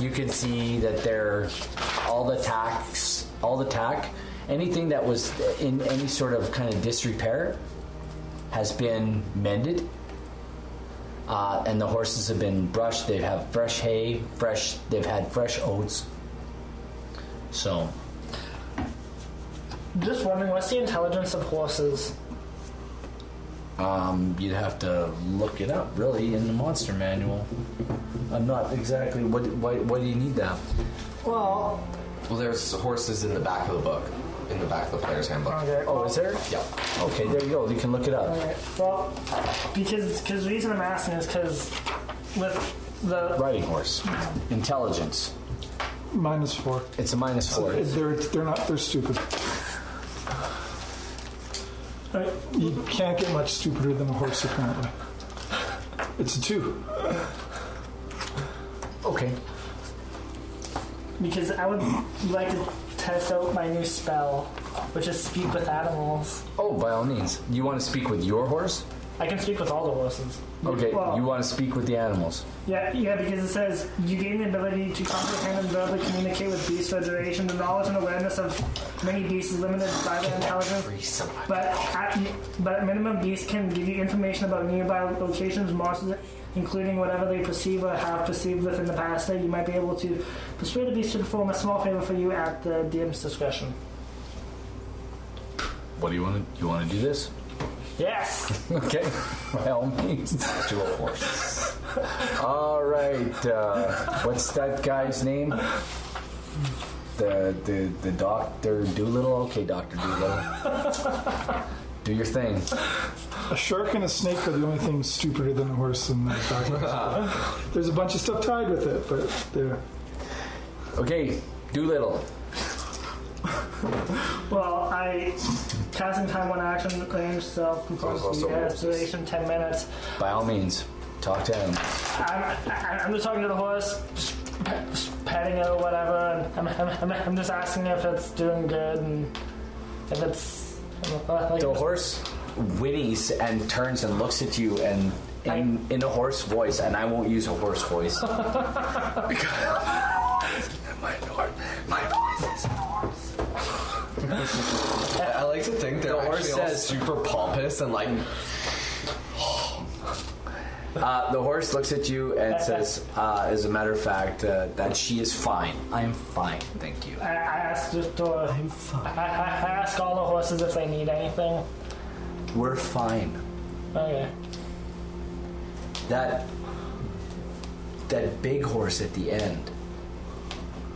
you can see that they're all the tacks all the tack anything that was in any sort of kind of disrepair has been mended uh, and the horses have been brushed they have fresh hay fresh they've had fresh oats so
Just wondering, what's the intelligence of horses?
Um, you'd have to look it up, really, in the monster manual. I'm not exactly. What? Why? Why do you need that?
Well,
Well, there's horses in the back of the book, in the back of the player's handbook.
okay.
Oh, is there?
Yep.
Okay, there you go. You can look it up.
Okay. Well, because because the reason I'm asking is because with the
Riding horse, intelligence.
Minus four.
It's a minus four.
They're, they're not, they're stupid.
Right.
You can't get much stupider than a horse, apparently. It's a two.
Okay.
because I would like to test out my new spell, which is speak with animals.
Oh, by all means. You want to speak with your horse?
I can speak with all the horses.
Okay,
Well-
you want to speak with the animals.
Yeah, yeah, because it says you gain the ability to comprehend and verbally communicate with Beast Federation. The knowledge and awareness of many beasts is limited by their intelligence, but at, but at minimum, beasts can give you information about nearby locations, monsters, including whatever they perceive or have perceived within the past. That you might be able to persuade a beast to perform a small favor for you at the DM's discretion.
What do you want to? You want to do this?
Yes,
Okay, by all means.
Dual horse.
All right. Uh, what's that guy's name? The the the Doctor Doolittle. Okay, Doctor Doolittle. Do your thing.
A shark and a snake are the only things stupider than a horse in that document. There's a bunch of stuff tied with it, but they're
Okay, Doolittle.
Well, I casting time one action range, so
Those are
compose
also
the
horses.
aspiration ten minutes.
By all means, talk to him.
I'm, I- I'm just talking to the horse, just pe- just petting it or whatever, and I'm, I'm, I'm, I'm just asking if it's doing good and if it's. Like,
The horse whinnies and turns and looks at you and in, in a hoarse voice, and I won't use a hoarse voice.
My lord, my voice is
I like to think they're
The horse
actually all
says-
super pompous and like
Uh, the horse looks at you and says, uh, as a matter of fact, uh, that she is fine. I'm fine, thank you.
I, I ask just to, I'm fine. I, I I ask all the horses if they need anything.
We're fine.
Okay.
That that big horse at the end,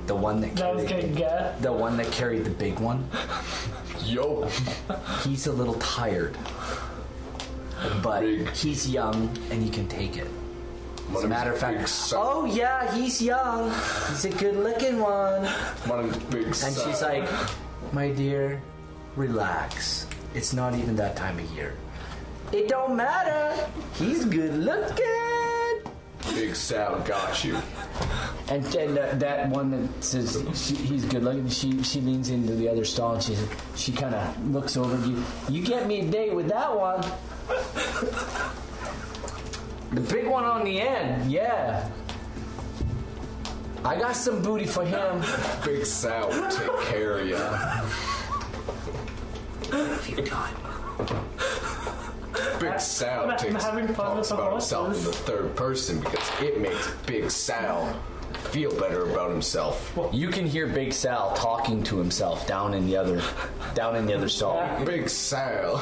the one that
That was good.
carried
Get.
the one that carried the big one.
yo.
He's a little tired, but he's young and he can take it. As a matter of fact, oh yeah, he's young. He's a good-looking one.
one of his big.
And she's like, My dear, relax. It's not even that time of year. It don't matter. He's good looking.
big Sal got you.
And, and that, that one that says she, he's good looking, she, she leans into the other stall and she, she kind of looks over at you. You get me a date with that one. the big one on the end, yeah. I got some booty for him.
Big Sal will take care of you.
you God.
Big Sal
I'm- I'm
takes
having fun with
talks
the
about himself in
horses.
the third person because it makes Big Sal feel better about himself.
You can hear Big Sal talking to himself down in the other, down in the other stall.
Big Sal.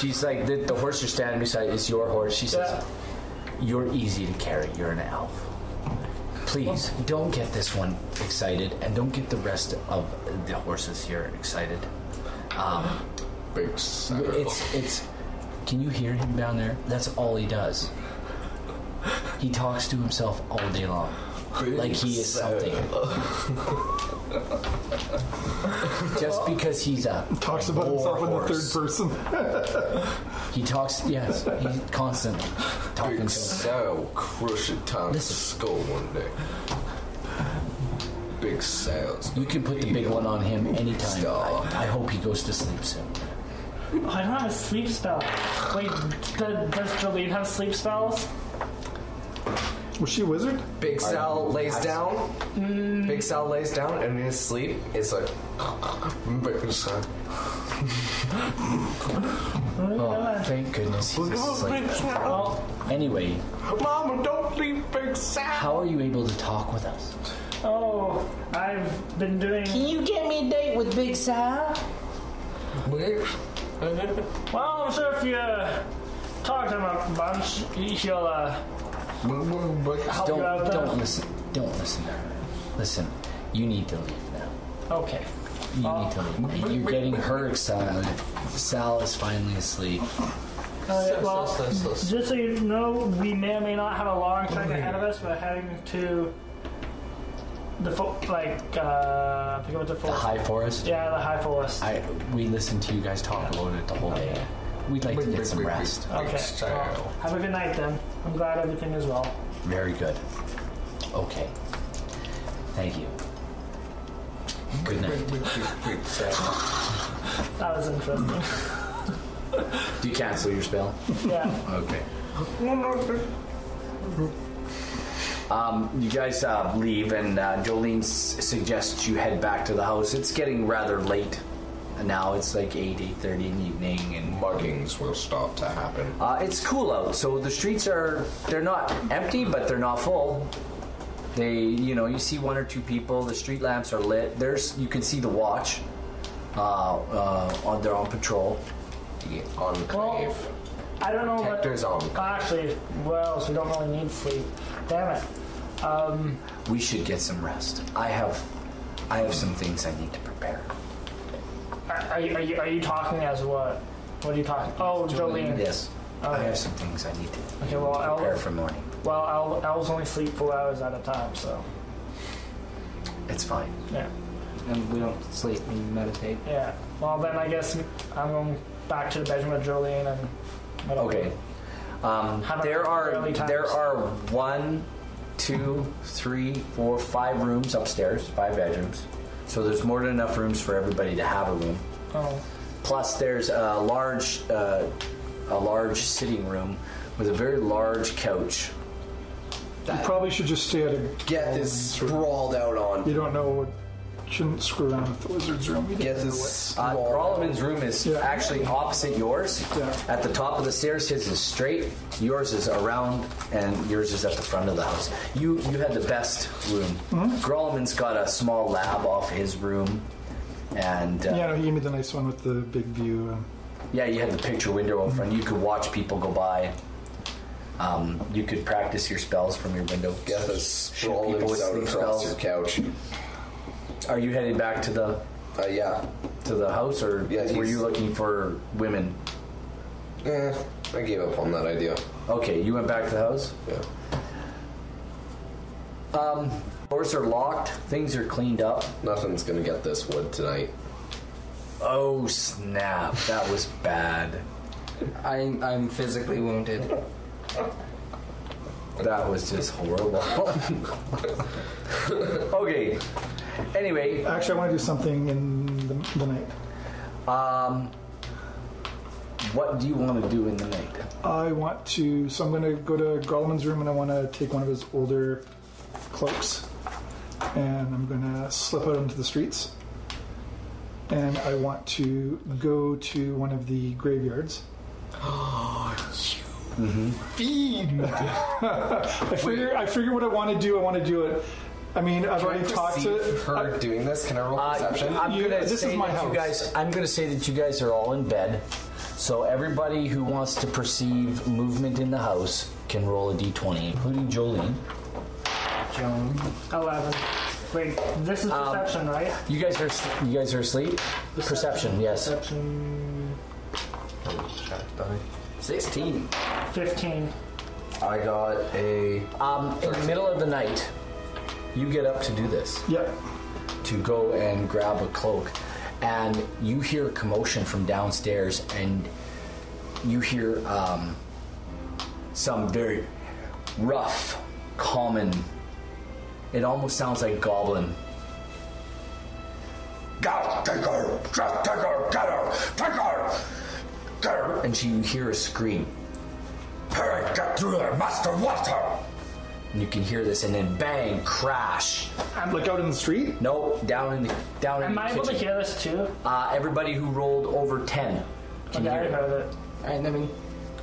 She's like, the, the horse you're standing beside is your horse. She says,
Yeah.
"You're easy to carry. You're an elf. Please don't get this one excited, and don't get the rest of the horses here excited. Um,
Big Sal.
it's it's. Can you hear him down there? That's all he does. He talks to himself all day long, like he is something. Just because he's a
talks about himself in the third person.
He talks, yes, he's constantly talking to
Big
himself.
Sal will crush a Tom's
Listen.
skull one day. Big Sal's
You can put the big one on him anytime.
Stop.
I, I hope he goes to sleep soon.
Oh, I don't have a sleep spell. Wait, th- does Jolene have sleep spells?
Was she a wizard?
Big Sal lays down. Big Sal lays down, and in his sleep, it's like Big Sal.
Oh, thank goodness he's asleep. Anyway,
Mama, don't leave Big Sal.
how are you able to talk with us?
Oh, I've been doing.
You get me a date with Big Sal?
Well, I'm sure if you uh, talk to him a bunch, he'll uh, help
Don't,
you out. there.
don't listen. Don't listen to her. Listen, you need to leave now.
Okay.
You need to leave. You're getting her excited. Sal is finally asleep.
Uh, well, just so you know, we may or may not have a long trek ahead of us. We're heading to the fo- like uh, I forget what the
The
forest.
high forest.
yeah, the high forest.
I we listened to you guys talk about it the whole day. We'd like to get some rest.
okay. Well, have a good night then. I'm glad everything is well.
Very good. Okay. Thank you. Good night.
Big Sal.
That was interesting.
Do you cancel your spell?
yeah.
Okay. Um, you guys uh, leave, and uh, Jolene s- suggests you head back to the house. It's getting rather late now. It's like eight, eight thirty in the evening, and
Muggings will start to happen.
uh, it's cool out. So the streets are—they're not empty, but they're not full. They, you know, you see one or two people. The street lamps are lit. There's you can see the watch. Uh, uh, on they're on patrol.
The Enclave.
I don't know what.
Protectors on.
Actually, well, else? we don't really need sleep. Damn it. Um,
We should get some rest. I have, I have some things I need to prepare.
are, are, you, are, you, are you talking as what? What are you talking? Oh, Jolene.
Yes. I
Okay.
have some things I need to
Okay, well,
prepare
I'll,
for morning.
well, I'll, I'll only sleep four hours at a time, so
It's fine.
yeah,
And we don't sleep, we meditate.
yeah. Well, then I guess I'm going back to the bedroom with Jolene and. whatever.
Okay. Um,
How about
there are
early times?
there are one, two, three, four, five rooms upstairs, five bedrooms. So there's more than enough rooms for everybody to have a room.
Oh,
Plus, there's a large, uh, a large sitting room with a very large couch.
You probably should just stay at a.
Get this sprawled out on.
You don't know what. Shouldn't screw around with the wizard's room. You don't
Get
know
this
Uh,
sprawled.
Grolleman's room is
Yeah.
actually opposite yours.
Yeah.
At the top of the stairs, his is straight. Yours is around, and yours is at the front of the house. You you had the best room.
Hmm?
Grolleman's got a small lab off his room, and uh,
What, yeah,
yeah.
no, he gave me the nice one with the big view. Um,
you had the picture window in front. You could watch people go by. Um, you could practice your spells from your window.
Get this
Shoot
sprawled
people with
out
sleep
across
spells.
your couch.
Are you headed back to the
Uh, yeah.
to the house, or
Yeah,
were
he's-
you looking for women?
Eh, I gave up on that idea.
Okay, you went back to the house.
Yeah.
Um, doors are locked. Things are cleaned up.
Nothing's gonna get this wood tonight.
Oh snap! That was bad.
I'm, I'm physically wounded.
That was just horrible. okay. Anyway,
actually, I want to do something in the, the night.
um, what do you want to do in the night?
I want to. So I'm going to go to Grolman's room and I want to take one of his older cloaks. And I'm going to slip out into the streets. And I want to go to one of the graveyards. Oh, you fiend! I figure. I figure what I want to do. I want to do it. I mean, I've
Can I
already talked to.
perceive her doing this? Can I roll
Uh,
perception?
I'm
You-
gonna
this
say
is my
that you
house.
guys. I'm gonna say that you guys are all in bed. So everybody who wants to perceive movement in the house can roll a d20, including Jolene.
Joan.
eleven. Wait, this
Um,
is perception, right?
You guys are s- you guys are asleep. Perception, yes.
Perception
Sixteen.
fifteen.
I got a.
Um, in the middle of the night, you get up to do this,
Yeah.
to go and grab a cloak, and you hear commotion from downstairs, and you hear um, some very rough, common. It almost sounds like goblin. Go, take her, just take her, get her, take her, get her. And she, you hear a scream. Hurry, get through there, master, wants her. And you can hear this, and then bang, crash.
like out in the street.
Nope, down in the down in
Am
the
I able to
kitchen.
hear this too?
Uh, everybody who rolled over ten can
Okay, I
hear it.
heard it.
Alright, let me.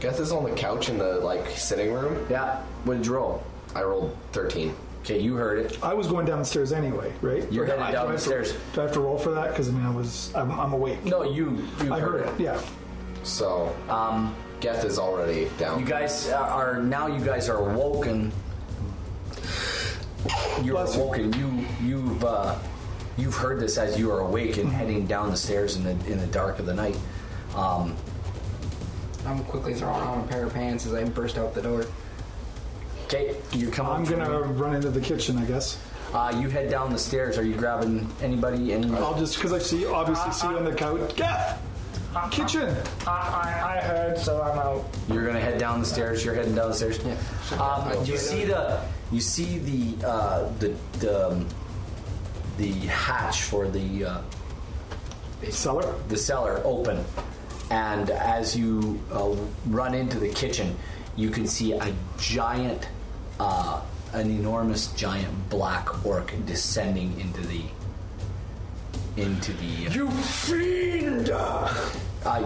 Get this on the couch in the like sitting room.
Yeah, what did you roll?
I rolled thirteen.
Okay, you heard it.
I was going downstairs anyway, right?
You're
Or do
headed
I-
down
do I
the
have to-
stairs.
Do I have to roll for that? Because I mean, I was. I'm, I'm awake.
No, you you
I heard it. Yeah.
So um, Geth is already down.
You guys are now. You guys are awoken. You're
Bless you.
awoken. You you've uh, you've heard this as you are awake and heading down the stairs in the in the dark of the night. Um,
I'm quickly throwing on a pair of pants as I burst out the door.
okay, you come.
I'm gonna run into the kitchen, I guess.
Uh, you head down the stairs. Are you grabbing anybody? Any?
I'll just because I see obviously see you on the couch. Gaff, kitchen.
I, I, I heard, so I'm out.
You're gonna head down the stairs. You're heading down the stairs. Um, you see the you see the uh, the the, um, the hatch for the uh,
Cellar?
the cellar open, and as you uh, run into the kitchen, you can see a giant, uh, an enormous giant black orc descending into the into the. uh, you fiend! Uh,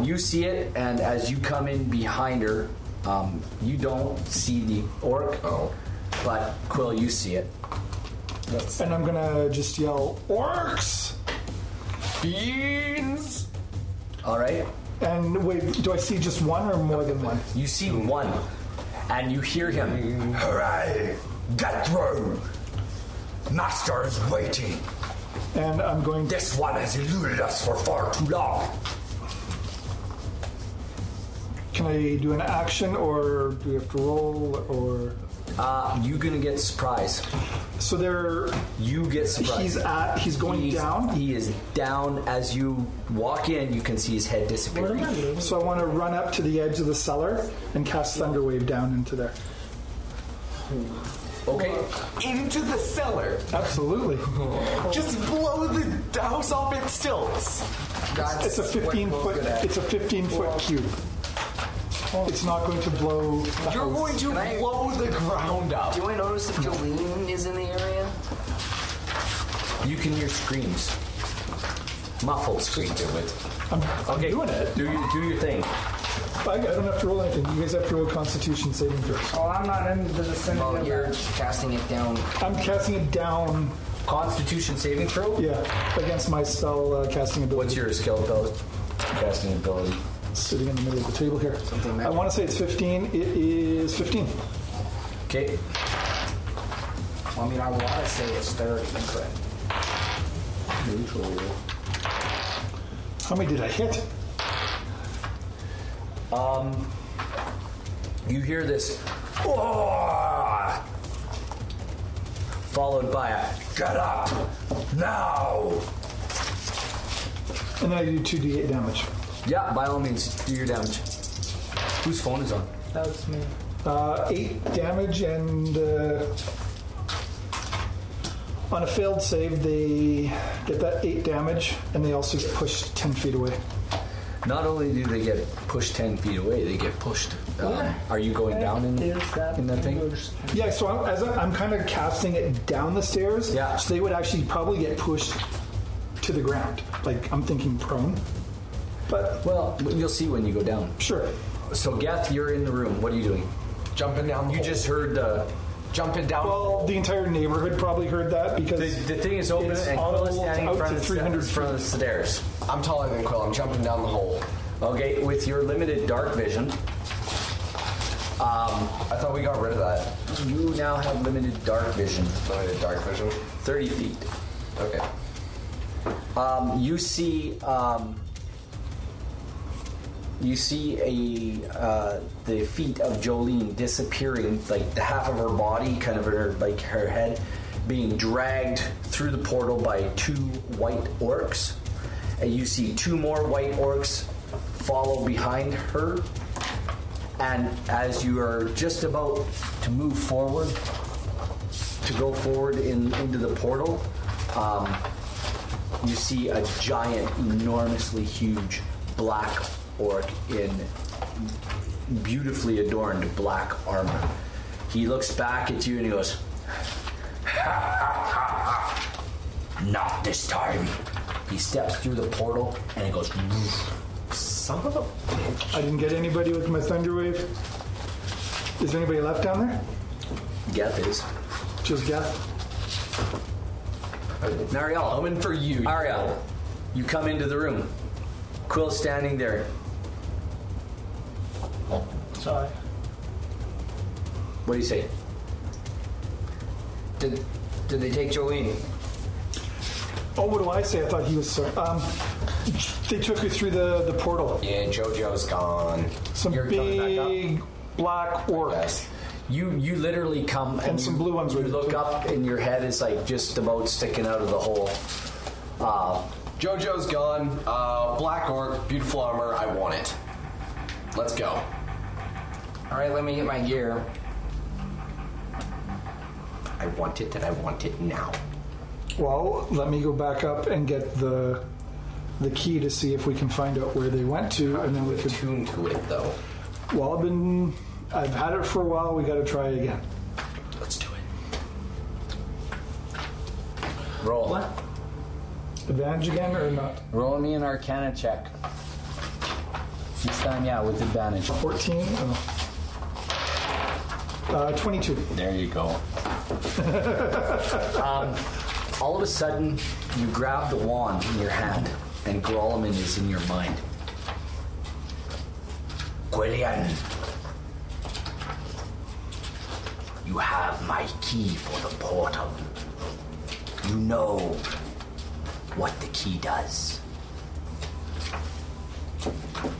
you see it, and as you come in behind her, um, you don't see the orc.
Oh.
But Quill, you see it.
And I'm gonna just yell, Orcs!
Beans!
All right.
And wait, do I see just one or more than one?
You see one, and you hear him.
Hooray! Get through! Master is waiting.
And I'm going to.
This one has eluded us for far too long.
Can I do an action or do we have to roll or.
Uh, you gonna get surprised.
So there.
You get surprised.
He's at. He's going
He's-
down.
He is down. As you walk in, you can see his head
What am
disappearing.
I doing?
So I want to run up to the edge of the cellar and cast Thunderwave down into there.
Okay.
Into the cellar!
Absolutely.
Just blow the house off its stilts!
That's
It's a
what
15
Quill's
foot.
good at.
It's a 15 foot cube. It's not going to blow. the
You're
house.
going to
I-
blow the ground up.
Do I notice if Jolene is in the area?
You can hear screams. Muffled screams.
I'm, I'm
Okay.
doing it.
Do your, do your thing.
I, I don't have to roll anything. You guys have to roll Constitution saving throws.
Well, I'm not in the vicinity
Well,
of
you're
that.
casting it down.
I'm casting it down.
Constitution saving throw?
Yeah, against my spell uh, casting ability.
What's your skill ability? Casting ability.
sitting in the middle of the table here.
Something
I want to say it's 15. It is 15.
Okay.
Well, I mean, I want to say it's 30, but
How many did I hit?
You hear this. "Oah!" Followed by a.
Get up! Now!
And then I do 2d8 damage.
Yeah, by all means, do your damage. Whose phone is on?
That's me.
Uh, 8 damage, and uh, on a failed save, they get that 8 damage, and they also get pushed 10 feet away.
Not only do they get pushed 10 feet away, they get pushed. Um, are you going down in,
Is that
in that thing?
Yeah, so I'm, as I'm, I'm kind of casting it down the stairs,
Yeah.
so they would actually probably get pushed to the ground. Like, I'm thinking prone. But,
Well, you'll see when you go down.
sure.
So, Geth, you're in the room. What are you doing?
Jumping down the
You
hole.
just heard uh, the.
jumping down.
Well, the entire neighborhood probably heard that because.
The, the thing is open,
It's
and
all
Quill is standing in
out
front
to
of the
300
stairs. Front of the stairs.
I'm taller than Quill. I'm jumping down the hole.
Okay, with your limited dark vision, um,
I thought we got rid of that.
you now have limited dark vision,
Limited dark vision.
30 feet.
Okay.
Um, you see, um, you see a uh, the feet of Jolene disappearing, like the half of her body, kind of her like her head, being dragged through the portal by two white orcs, and you see two more white orcs follow behind her. And as you are just about to move forward, to go forward in, into the portal, um, you see a giant, enormously huge black orc in beautifully adorned black armor. He looks back at you and he goes,
Not this time.
he steps through the portal and he goes,
Some of them.
I didn't get anybody with my thunder wave. Is there anybody left down there?
Geth is.
Just Geth.
Nariel,
I'm in for you.
Ariel, you come into the room. Quill's standing there.
Sorry.
What do you say?
did did they take Jolene?
Oh, what do I say? I thought he was sorry. Um, they took her through the, the portal.
Yeah, JoJo's gone.
Some
You're coming back up?
big black orc.
Yes.
You you literally come and,
And some
you-
blue ones
You
with it,
look
too.
up and your head is like just about sticking out of the hole. Uh,
JoJo's gone. Uh, black orc, beautiful armor. I want it. Let's go.
All right, let me get my gear.
I want it, and I want it now.
Well, let me go back up and get the the key to see if we can find out where they went to, and then we could.
Attuned to it, though.
Well, I've been, I've had it for a while. We got to try it again.
Let's do it.
Roll.
Advantage again or not?
Roll me an Arcana check. This time, yeah, with advantage.
Fourteen. Oh. Uh, Twenty-two.
There you go. um,
Um,
all of a sudden, you grab the wand in your hand, and Grolman is in your mind.
Quillian, you have my key for the portal. You know what the key does.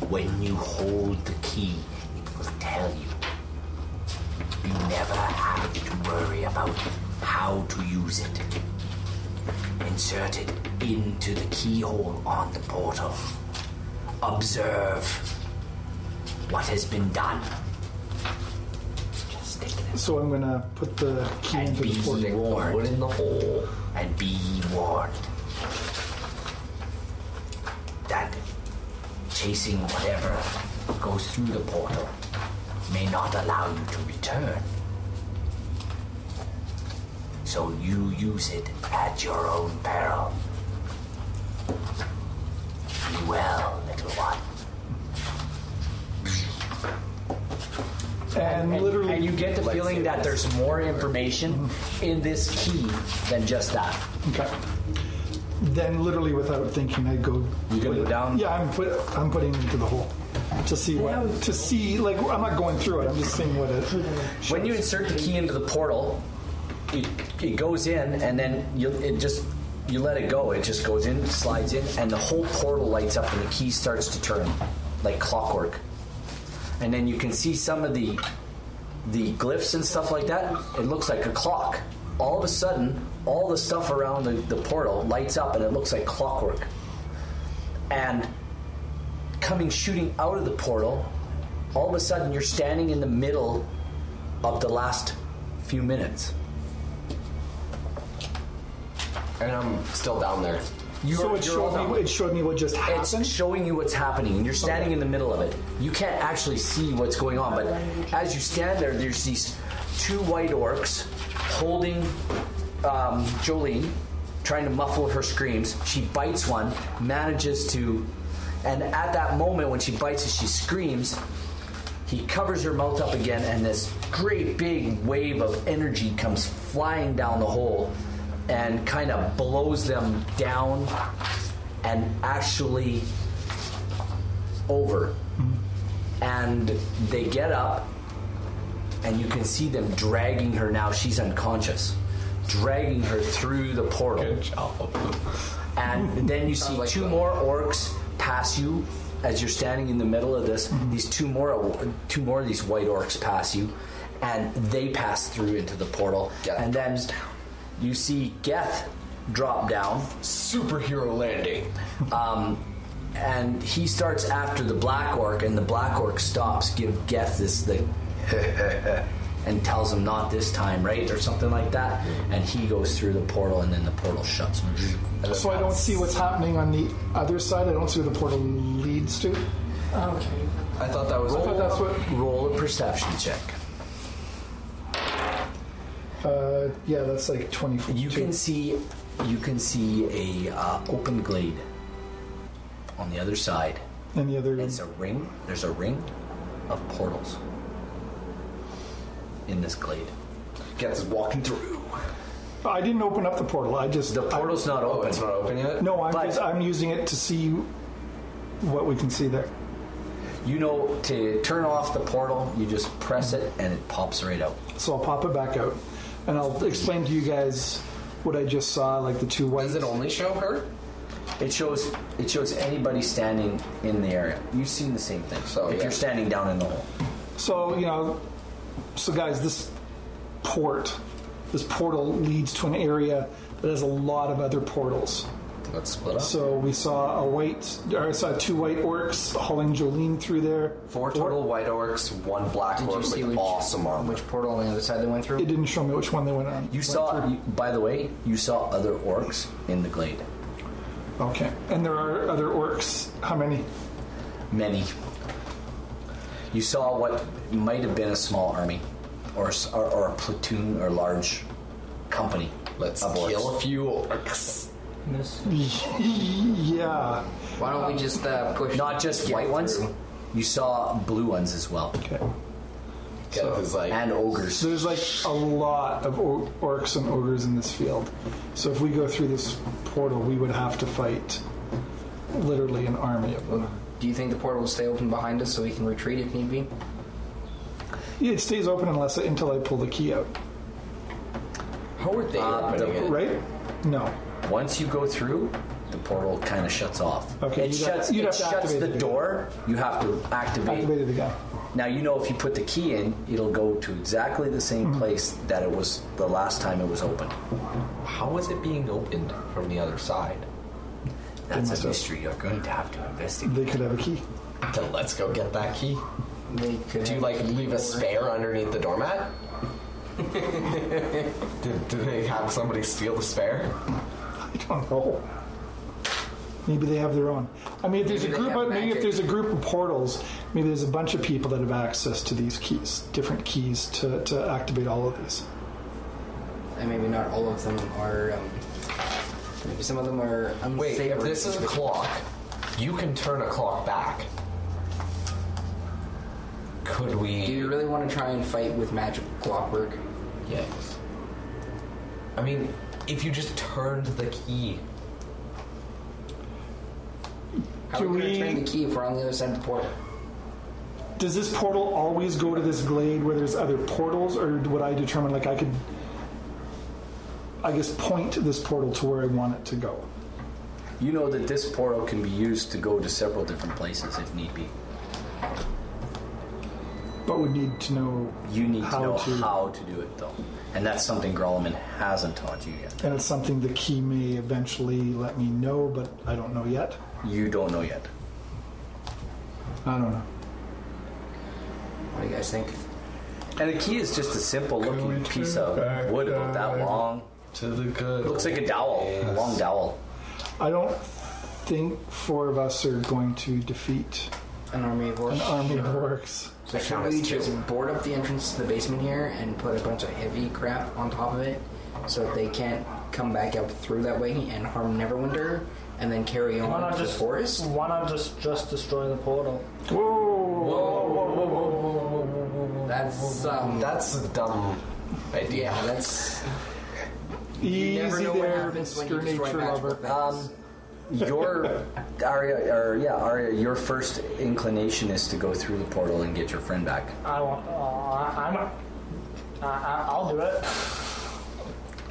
When you hold the key, it will tell you. You never have to worry about how to use it. Insert it into the keyhole on the portal. Observe what has been done. Just take it
So I'm gonna put the key
and
into
be
the portal.
warned. in the hole. And be warned that chasing whatever goes through the portal may not allow you to return. So you use it at your own peril. Be well, little one.
And,
And,
literally,
and you get the feeling that there's more information in this key than just that.
okay. Then literally, without thinking, I go.
You gonna go down?
Yeah, I'm put. I'm putting it into the hole to see what to see. Like I'm not going through it. I'm just seeing what it.
When you insert the key into the portal, it, it goes in, and then you it just you let it go. It just goes in, slides in, and the whole portal lights up, and the key starts to turn like clockwork. And then you can see some of the the glyphs and stuff like that. It looks like a clock. All of a sudden, all the stuff around the, the portal lights up, and it looks like clockwork. And coming shooting out of the portal, all of a sudden you're standing in the middle of the last few minutes.
And I'm still down there.
so it showed me. It showed me what just
It's
happened.
showing you what's happening, and you're standing in the middle of it. You can't actually see what's going on, but as you stand there, there's these two white orcs holding um, Jolene, trying to muffle her screams. She bites one, manages to, and at that moment when she bites it, she screams. He covers her mouth up again, and this great big wave of energy comes flying down the hole and kind of blows them down and actually over. And they get up, and you can see them dragging her now. She's unconscious, dragging her through the portal.
Hmm.
And then you see two more orcs pass you as you're standing in the middle of this.
Mm-hmm.
These two more, two more of these white orcs pass you, and they pass through into the portal.
Geth
and then you see Geth drop down,
Superhero landing.
um, and he starts after the black orc, and the black orc stops, give Geth this thing, and tells him not this time, right, or something like that. And he goes through the portal, and then the portal shuts.
So I don't see what's happening on the other side. I don't see where the portal leads to.
Okay.
I thought that was.
I thought that's what.
Roll a perception check.
Uh, yeah, that's like twenty-four.
You can see, you can see a uh, open glade on the other side.
And the other.
It's a ring. There's a ring of portals in this glade.
Gets walking through.
I didn't open up the portal. I just.
The portal's not
Oh,
open.
it's not open yet?
No, I'm
But-
just, I'm using it to see what we can see there.
You know to turn off the portal, you just press it and it pops right out.
So I'll pop it back out, and I'll explain to you guys what I just saw, like the two white.
Does it only show her?
It shows it shows anybody standing in the area. You've seen the same thing.
So,
if
yeah.
you're standing down in the hole.
So you know, so guys, this port, this portal leads to an area that has a lot of other portals.
Let's split up.
So we saw a white, or I saw two white orcs hauling Jolene through there.
Four total white orcs, one black
Did you
orc
see
with
which,
awesome armor.
which portal on the other side they went
It
through?
didn't show me which one they went on.
You saw you, by the way, you saw other orcs in the glade.
Okay. And there are other orcs. How many?
Many. You saw what might have been a small army, or s- or, or a platoon, or large company.
Let's
of orcs.
kill a few orcs.
Miss.
yeah.
Why don't we just uh, push?
Not just white ones.
through?
You saw blue ones as well,
Okay.
So, it's like,
and ogres.
So there's like a lot of or- orcs and ogres in this field. So if we go through this portal, we would have to fight literally an army of them.
Do you think the portal will stay open behind us so we can retreat if need be?
Yeah, it stays open unless until I pull the key out,
How are they?
Uh, the-
right? No.
once you go through, the portal kind of shuts off.
Okay,
it
you'd have-
shuts.
you'd
it
have to
shuts
activate
the
it again.
door. You have to activate.
Activated again.
Now you know if you put the key in, it'll go to exactly the same
Hmm.
place that it was the last time it was open.
how was it being opened from the other side?
That's
must
a
have-
mystery you're going to have to investigate.
They could have a key.
Then let's go get that key.
They could
Do you
have-
like leave a spare underneath the doormat? did, did they have somebody steal the spare?
I don't know. Maybe they have their own. I mean, if there's
Maybe
a
they
group,
have
of, maybe if
magic.
there's a group of portals, maybe there's a bunch of people that have access to these keys, different keys to, to activate all of these.
And maybe not all of them are. Um, maybe some of them are unsavory.
Wait, if this is a clock, you can turn a clock back. Could
Do you
we?
really want to try and fight with magic clockwork?
Yes. I mean, if you just turned the key,
How
Can
are we going
we-
to turn the key if we're on the other side of the portal?
Does this portal always go to this glade where there's other portals, or would I determine like I could, I guess, point this portal to where I want it to go?
You know that this portal can be used to go to several different places if need be.
But would need to know.
You need
How
to know
to-
how to do it though, and that's something Grolman hasn't taught you yet.
And it's something the key may eventually let me know, but I don't know yet.
You don't know yet.
I don't know.
What do you guys think?
And the key is just a simple looking piece of wood about that long.
to the good.
Looks like a dowel, a long dowel.
I don't think four of us are going to defeat
An army of orcs.
an army of orcs.
So should
count
we
as two.
just board up the entrance to the basement here and put a bunch of heavy crap on top of it so that they can't come back up through that way and harm Neverwinter and then carry
Why
on
not
to the
just
forest?
Why not just just destroy the portal? Oh,
That's um
That's a dumb idea.
yeah, that's
Easy
you never know what
there,
happens when you
Mr.
destroy
Nature
magical
Lover.
things.
Um, your Arya, or yeah, Arya, your first inclination is to go through the portal and get your friend back.
I won't. Uh, I- I'm. I, I, I'll do it.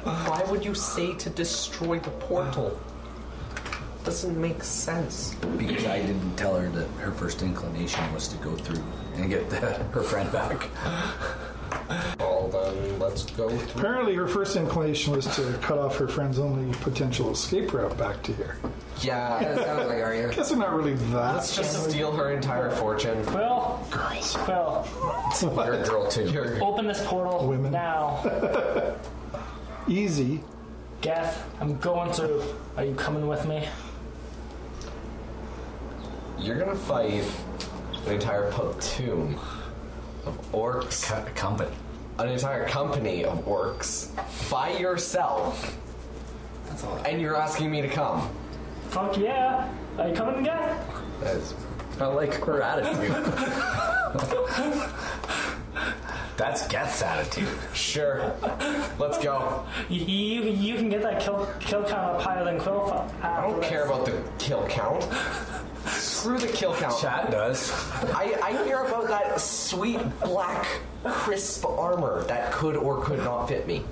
Why would you say to destroy the portal? Doesn't make sense.
Because I didn't tell her that her first inclination was to go through and get the, her friend back.
Well, then let's go through.
Apparently, her first inclination was to cut off her friend's only potential escape route back to here.
Yeah.
that sounds like Arya.
Guess I'm not really
Let's
that.
just steal her entire fortune.
Quill. Quill.
You're a girl too. You're,
Open this portal
Women.
now.
Easy.
Geth, I'm going through. Are you coming with me?
you're gonna fight an entire platoon of orcs.
Co- company.
an entire company of orcs by yourself,
That's all.
and you're asking me to come.
Fuck yeah. Are you coming, Geth?
That's
I like her attitude.
That's Geth's attitude.
sure. Let's go.
You, you, you can get that kill, kill count up higher than Quill.
I don't care about the kill count. Screw the kill count.
Chat does.
I, I care about that sweet black crisp armor that could or could not fit me.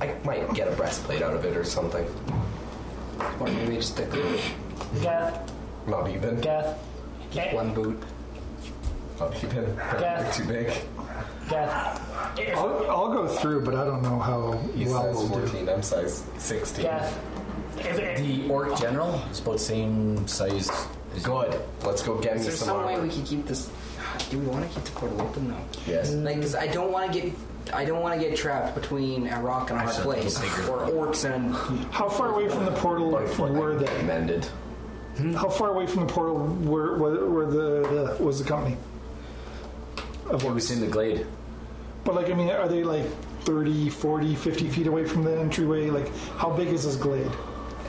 I might get a breastplate out of it or something.
Or maybe just a good
Geth.
Not even.
Geth. Eh,
one boot.
Not even.
Yeah.
Too big.
Geth. If-
I'll, I'll go through, but I don't know how
He's
well
size
we'll do.
14. I'm size 16.
Geth. If, if,
The orc general is about same size. as you.
Good. Let's go get
Is
me
there
some
some way
armor.
we could keep this? Do we want to keep the portal open though?
Yes.
Like, 'cause I don't want to get I don't want to get trapped between a rock and a hard
Actually,
place,
it's bigger.
or orcs and
How far away from the portal were they?
Mended.
How far away from the portal were, were, were the, the was the company? Of
It was in the glade.
But like, I mean, are they like 30, 40, 50 feet away from the entryway? Like, how big is this glade?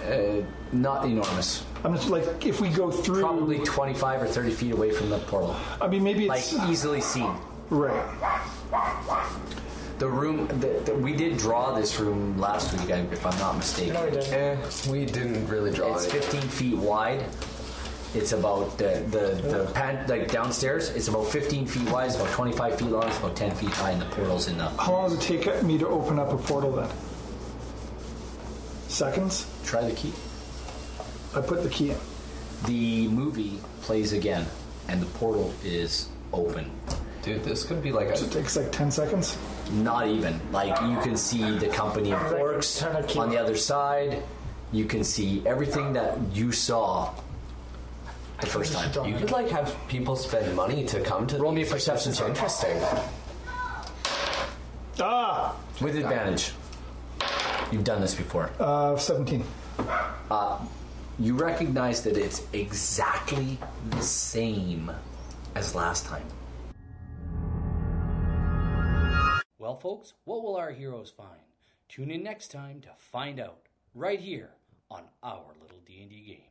Uh, not enormous.
I'm just like, if we go through,
Probably 25 or 30 feet away from the portal.
I mean, maybe
Like,
it's
easily seen.
right.
The room, the, the, we did draw this room last week, I- if I'm not mistaken.
No, we didn't.
Eh, we didn't really draw
It's
it.
15 feet wide. It's about the the, the pan, like downstairs. It's about 15 feet wide. It's about 25 feet long. It's about 10 feet high, and the portals in the.
How long does it take me to open up a portal then? Seconds.
Try the key.
I put the key in.
The movie plays again, and the portal is open.
Dude, this could be like a.
It takes like 10 seconds.
Not even like you can see the company of orcs
Turn the key.
on the other side. You can see everything that you saw the first time.
You could like have people spend money to come to.
Roll me a
these. Like,
perception
This is
check.
interesting.
Ah!
With advantage. You've done this before.
Uh, 17.
you recognize that it's exactly the same as last time.
Well, folks, what will our heroes find? Tune in next time to find out right here on our little D&D game.